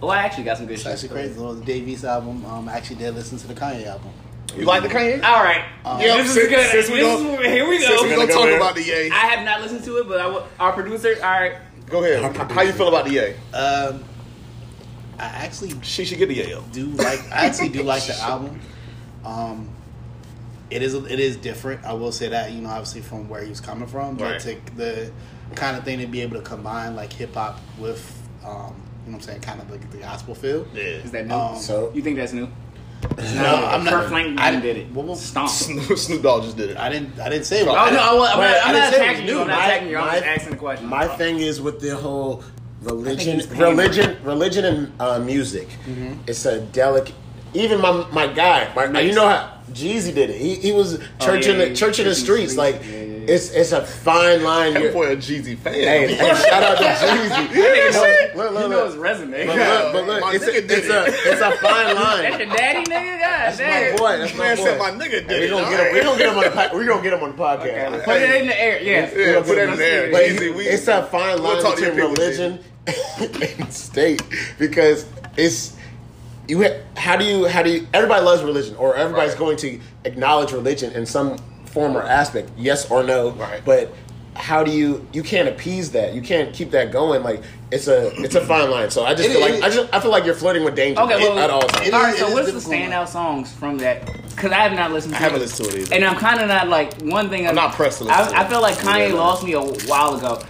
Well, I actually got some good It's shit. actually crazy. though. The Dave East album. Um, I actually did listen to the Kanye album. You like the Kanye? All right. Yep, this since- is good. since This we is, gonna- here we Um, Since we go. gonna go talk there. about the Ye. I have not listened to it, but I will, our producer, all right. Go ahead. How you feel about the Ye? Um, I actually She should get the Ye. do like. I actually do like the album. Um, it is it is different. I will say that you know obviously from where he was coming from, but Right. to, the kind of thing to be able to combine like hip hop with um, you know what I'm saying, kind of like the gospel feel. Yeah. Is that new? Um, So you think that's new? no, I'm not. Kirk Franklin I did it. What, what, Stomp. Snoop [LAUGHS] Snoop Dogg just did it. I didn't. I didn't say. It. Oh, no, I, wa- I'm, But not, I didn't I'm not say it attacking was you. new. I'm not My- attacking you. I'm just my- asking the question. my thing is with the whole I religion, think he's pandering. religion, religion, and uh, music. It's a delicate. Even my my guy, my, you know how Jeezy did it. He, he was church yeah, in the yeah, church in the streets. Like it's it's a fine line. That You're- boy a Jeezy fan. Hey, [LAUGHS] hey, shout out to Jeezy. Nigga, Look, look, you look, know his look. resume. But look, but My look, it's nigga a, did it's a it. it's a fine That's line. your daddy, nigga. God My damn. boy, that's my Man said my boy. nigga did We're it. gonna get him. We're gonna get [LAUGHS] him on the. po- We gonna get him on the podcast. Put it in the air. Yes. Yeah, put it in Let's there. see But it. Jeezy, we- it's a fine we'll line talk to between your people, religion [LAUGHS] and state because it's you. Ha- how do you? How do you? Everybody loves religion, or everybody's Right. going to acknowledge religion in some form or aspect, yes or no. Right. But how do you? You can't appease that. You can't keep that going. Like it's a it's a fine line. So I just It- feel like it- I just I feel like you're flirting with danger Okay, well, at all times. it all is- right. it So, is what's the difficult. standout songs from that? Because I have not listened. to I haven't listened to it either. And I'm kind of not like one thing. I'm not pressed to listen to I, it. I feel like Kanye Yeah. lost me a while ago,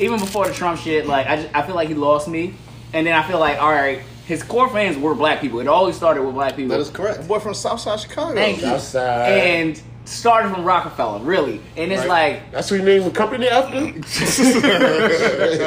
even before the Trump shit. Like I, just, I feel like he lost me, and then I feel like all right, his core fans were black people. It always started with black people. That is correct. That boy from Southside Chicago. Thank you. Southside. And started from Rockefeller, really. And it's That's what you mean with company after like,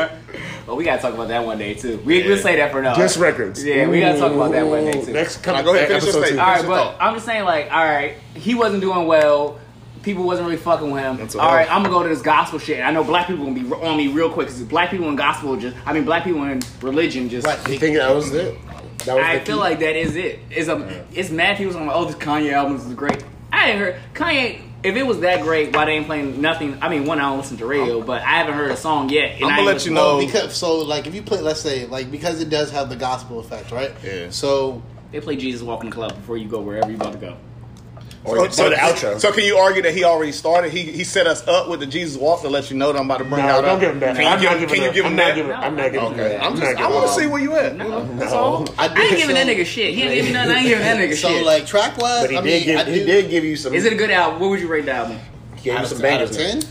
well, we gotta talk about that one day too. We, We'll say that for now. Disc records. Yeah, we gotta talk about that one day Ooh, too. Next, come Now go ahead, finish your episode two. statement. All right, Finish your but thought. I'm just saying, like, all right, he wasn't doing well. People wasn't really fucking with him. Mental All right, health. I'm gonna go to this gospel shit. And I know black people gonna be on me real quick because black people in gospel just, I mean, black people in religion just. Right. You think that was it? That was I the feel key? like that is it. It's a, it's mad people talking about, oh, this Kanye album is great. I ain't heard Kanye. If it was that great, why they ain't playing nothing? I mean, one, I don't listen to radio, but I haven't heard a song yet. and I'm I gonna ain't let you listen- No, know. because so like if you play, let's say like because it does have the gospel effect, right? Yeah. So They play Jesus Walk in the Club before you go wherever you about to go. Oh, Or- or the outro. So can you argue that he already started? He he set us up with the Jesus walk to let you know that I'm about to bring No, out. don't give him that. Can I'm you not give, giving can you that. give I'm him not that? giving. I'm not giving. Okay, that. not I'm just. I giving want to that. see where you at. No, that's No. all. I I, did ain't giving so- that nigga shit. He ain't giving nothing. I ain't giving that [LAUGHS] nigga so shit. like track wise, But he I mean, did give. I He do- did give you some. Is it a good album? What would you rate the album? Gave out you of- some out bangers. of ten.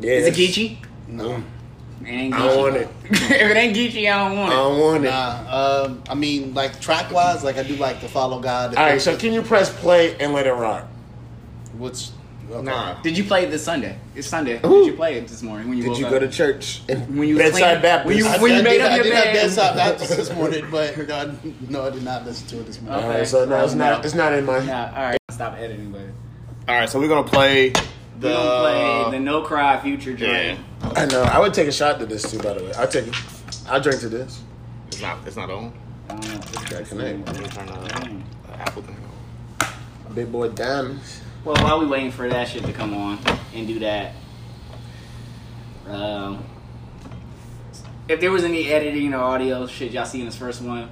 Yeah. Is it Geechee? No, It ain't Geechee. I don't want it. [LAUGHS] if it ain't Geechee, I don't I want it. don't want it. nah. Um, I mean, like track wise, like I do like to follow God. All right. So can you press play and let it rock? what's Nah. Did you play it this Sunday? It's Sunday. Ooh. Did you play it this morning when you Did woke you up? go to church? And When you was bedside cleaning- Baptist. when you- I, when I you made did, up I your did bed. have bedside Baptist this morning, but no, I, no, I did not listen to it this morning. all right, so no, it's not. It's not in my. Nah, all right, stop editing, but All right, so we're gonna play the. we gonna play the No Cry Future yeah, joint. I know. I would take a shot to this too. By the way, I'll take. it. I'll drink to this. it's not. It's not on. I don't know. It's Gotta just- connect. Let me turn the the Apple thing on. Big boy diamonds. Well, while we waiting for that shit to come on and do that, um, if there was any editing or audio shit y'all see in this first one,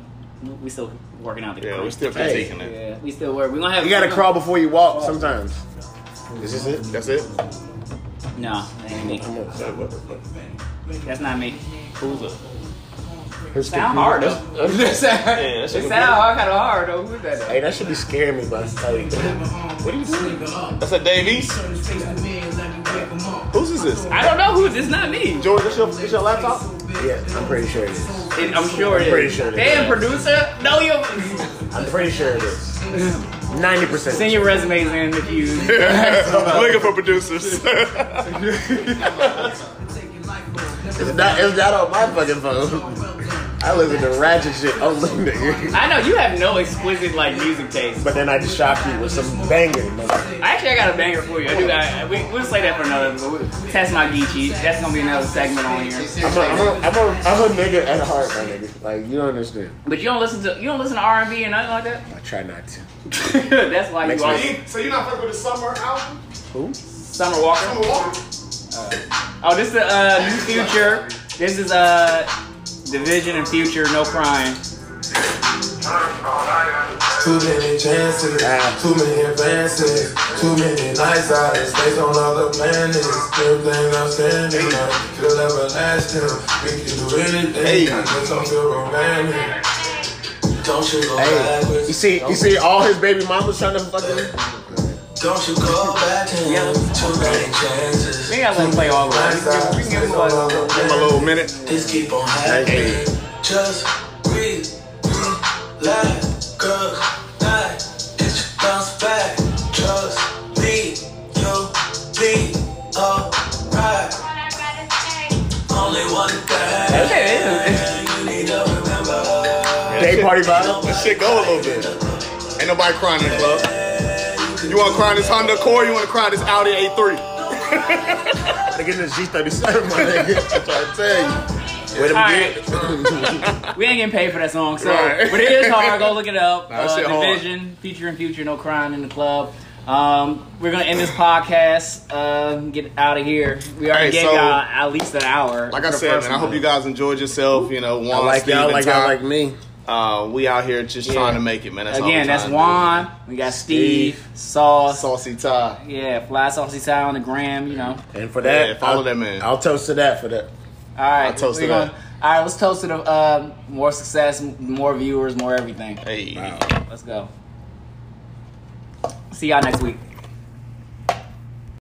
we still working out the Yeah, kinks. we're still Hey. critiquing it. Yeah, we still work. We gonna have You gotta we crawl gonna- before you walk. Sometimes. Is this it? That's it. No, that ain't me. That's not me. Who's up? Here's Sound the- hard though. [LAUGHS] Yeah, it that's sound a- hard, kind of hard though. Who's that? Hey, that should be scaring me, but like, What are you doing? That's a Davies. Whose is this? I don't know who's. It's not me. George, it's your, it's your laptop? yeah, I'm pretty sure it is. It, I'm sure it is. Pretty sure it is. Damn, producer, know your. I'm pretty sure it is. Ninety percent. Send your resumes in if you. [LAUGHS] Looking [LAUGHS] for producers. [LAUGHS] It's not. It's not on my fucking phone. I listen to ratchet shit only, nigga. I know you have no exquisite like music taste. But then I just shocked you with some banger. motherfucker. Actually, I got a banger for you. I do. I, we, we'll say that for another. But we, test my Geechee. That's gonna be another segment on here. I'm a, I'm, a, I'm, a, I'm a nigga at heart, my nigga. Like you don't understand. But you don't listen to you don't listen to R and B and nothing like that. [LAUGHS] I try not to. That's why Makes you are me- so you're not fucking with the summer album? Who? Summer Walker. Oh, this is uh new future. This is uh division and future. No crying. Too many chances, too many advances, too many nights out of space on other planets. Everything outstanding, like feel everlasting. We can do anything, Hey. but don't feel romantic. Don't you go Hey, backwards. you see, you see, all his baby mamas trying to fucking. Don't you go back in. Too many chances. Maybe I let him play all the way. nights out of We can give space him on a- other A planets. little minute. Just keep on happening. Just breathe, relax, girl, night. It's bounce back. Trust me, you'll be alright. Only one thing Yeah, yeah. you need to remember. Day party vibe. This shit go a little bit. Ain't nobody crying in the club. You wanna cry in this Honda Accord? You wanna cry in this Audi [LAUGHS] A3? They getting this G37, my nigga. That's what I tell you. Wait a minute. [LAUGHS] We ain't getting paid for that song, so Right. but it is hard. Go look it up. Uh, Nah, that shit hard. Division, Future and Future, No Crime in the Club. Um, we're gonna end this podcast. Uh, get out of here. We already Hey, gave so- y'all at least an hour. Like for I the said, first man, I hope one. you guys enjoyed yourself. You know, I Juan, like Steve, y'all, and like Ty. y'all, like me. Uh, we out here just Yeah. trying to make it, man. That's all Again, we that's trying to Juan. We got Steve, Sauce. do. Saucy Ty. Yeah, Fly Saucy Town on the gram. You know. And for that, Yeah, follow I'll- that man. I'll toast to that for that. All right, I'll toast we're it up. gonna- All right, let's toast it up. Uh, more success, m- more viewers, more everything. Hey. Let's go. See y'all next week.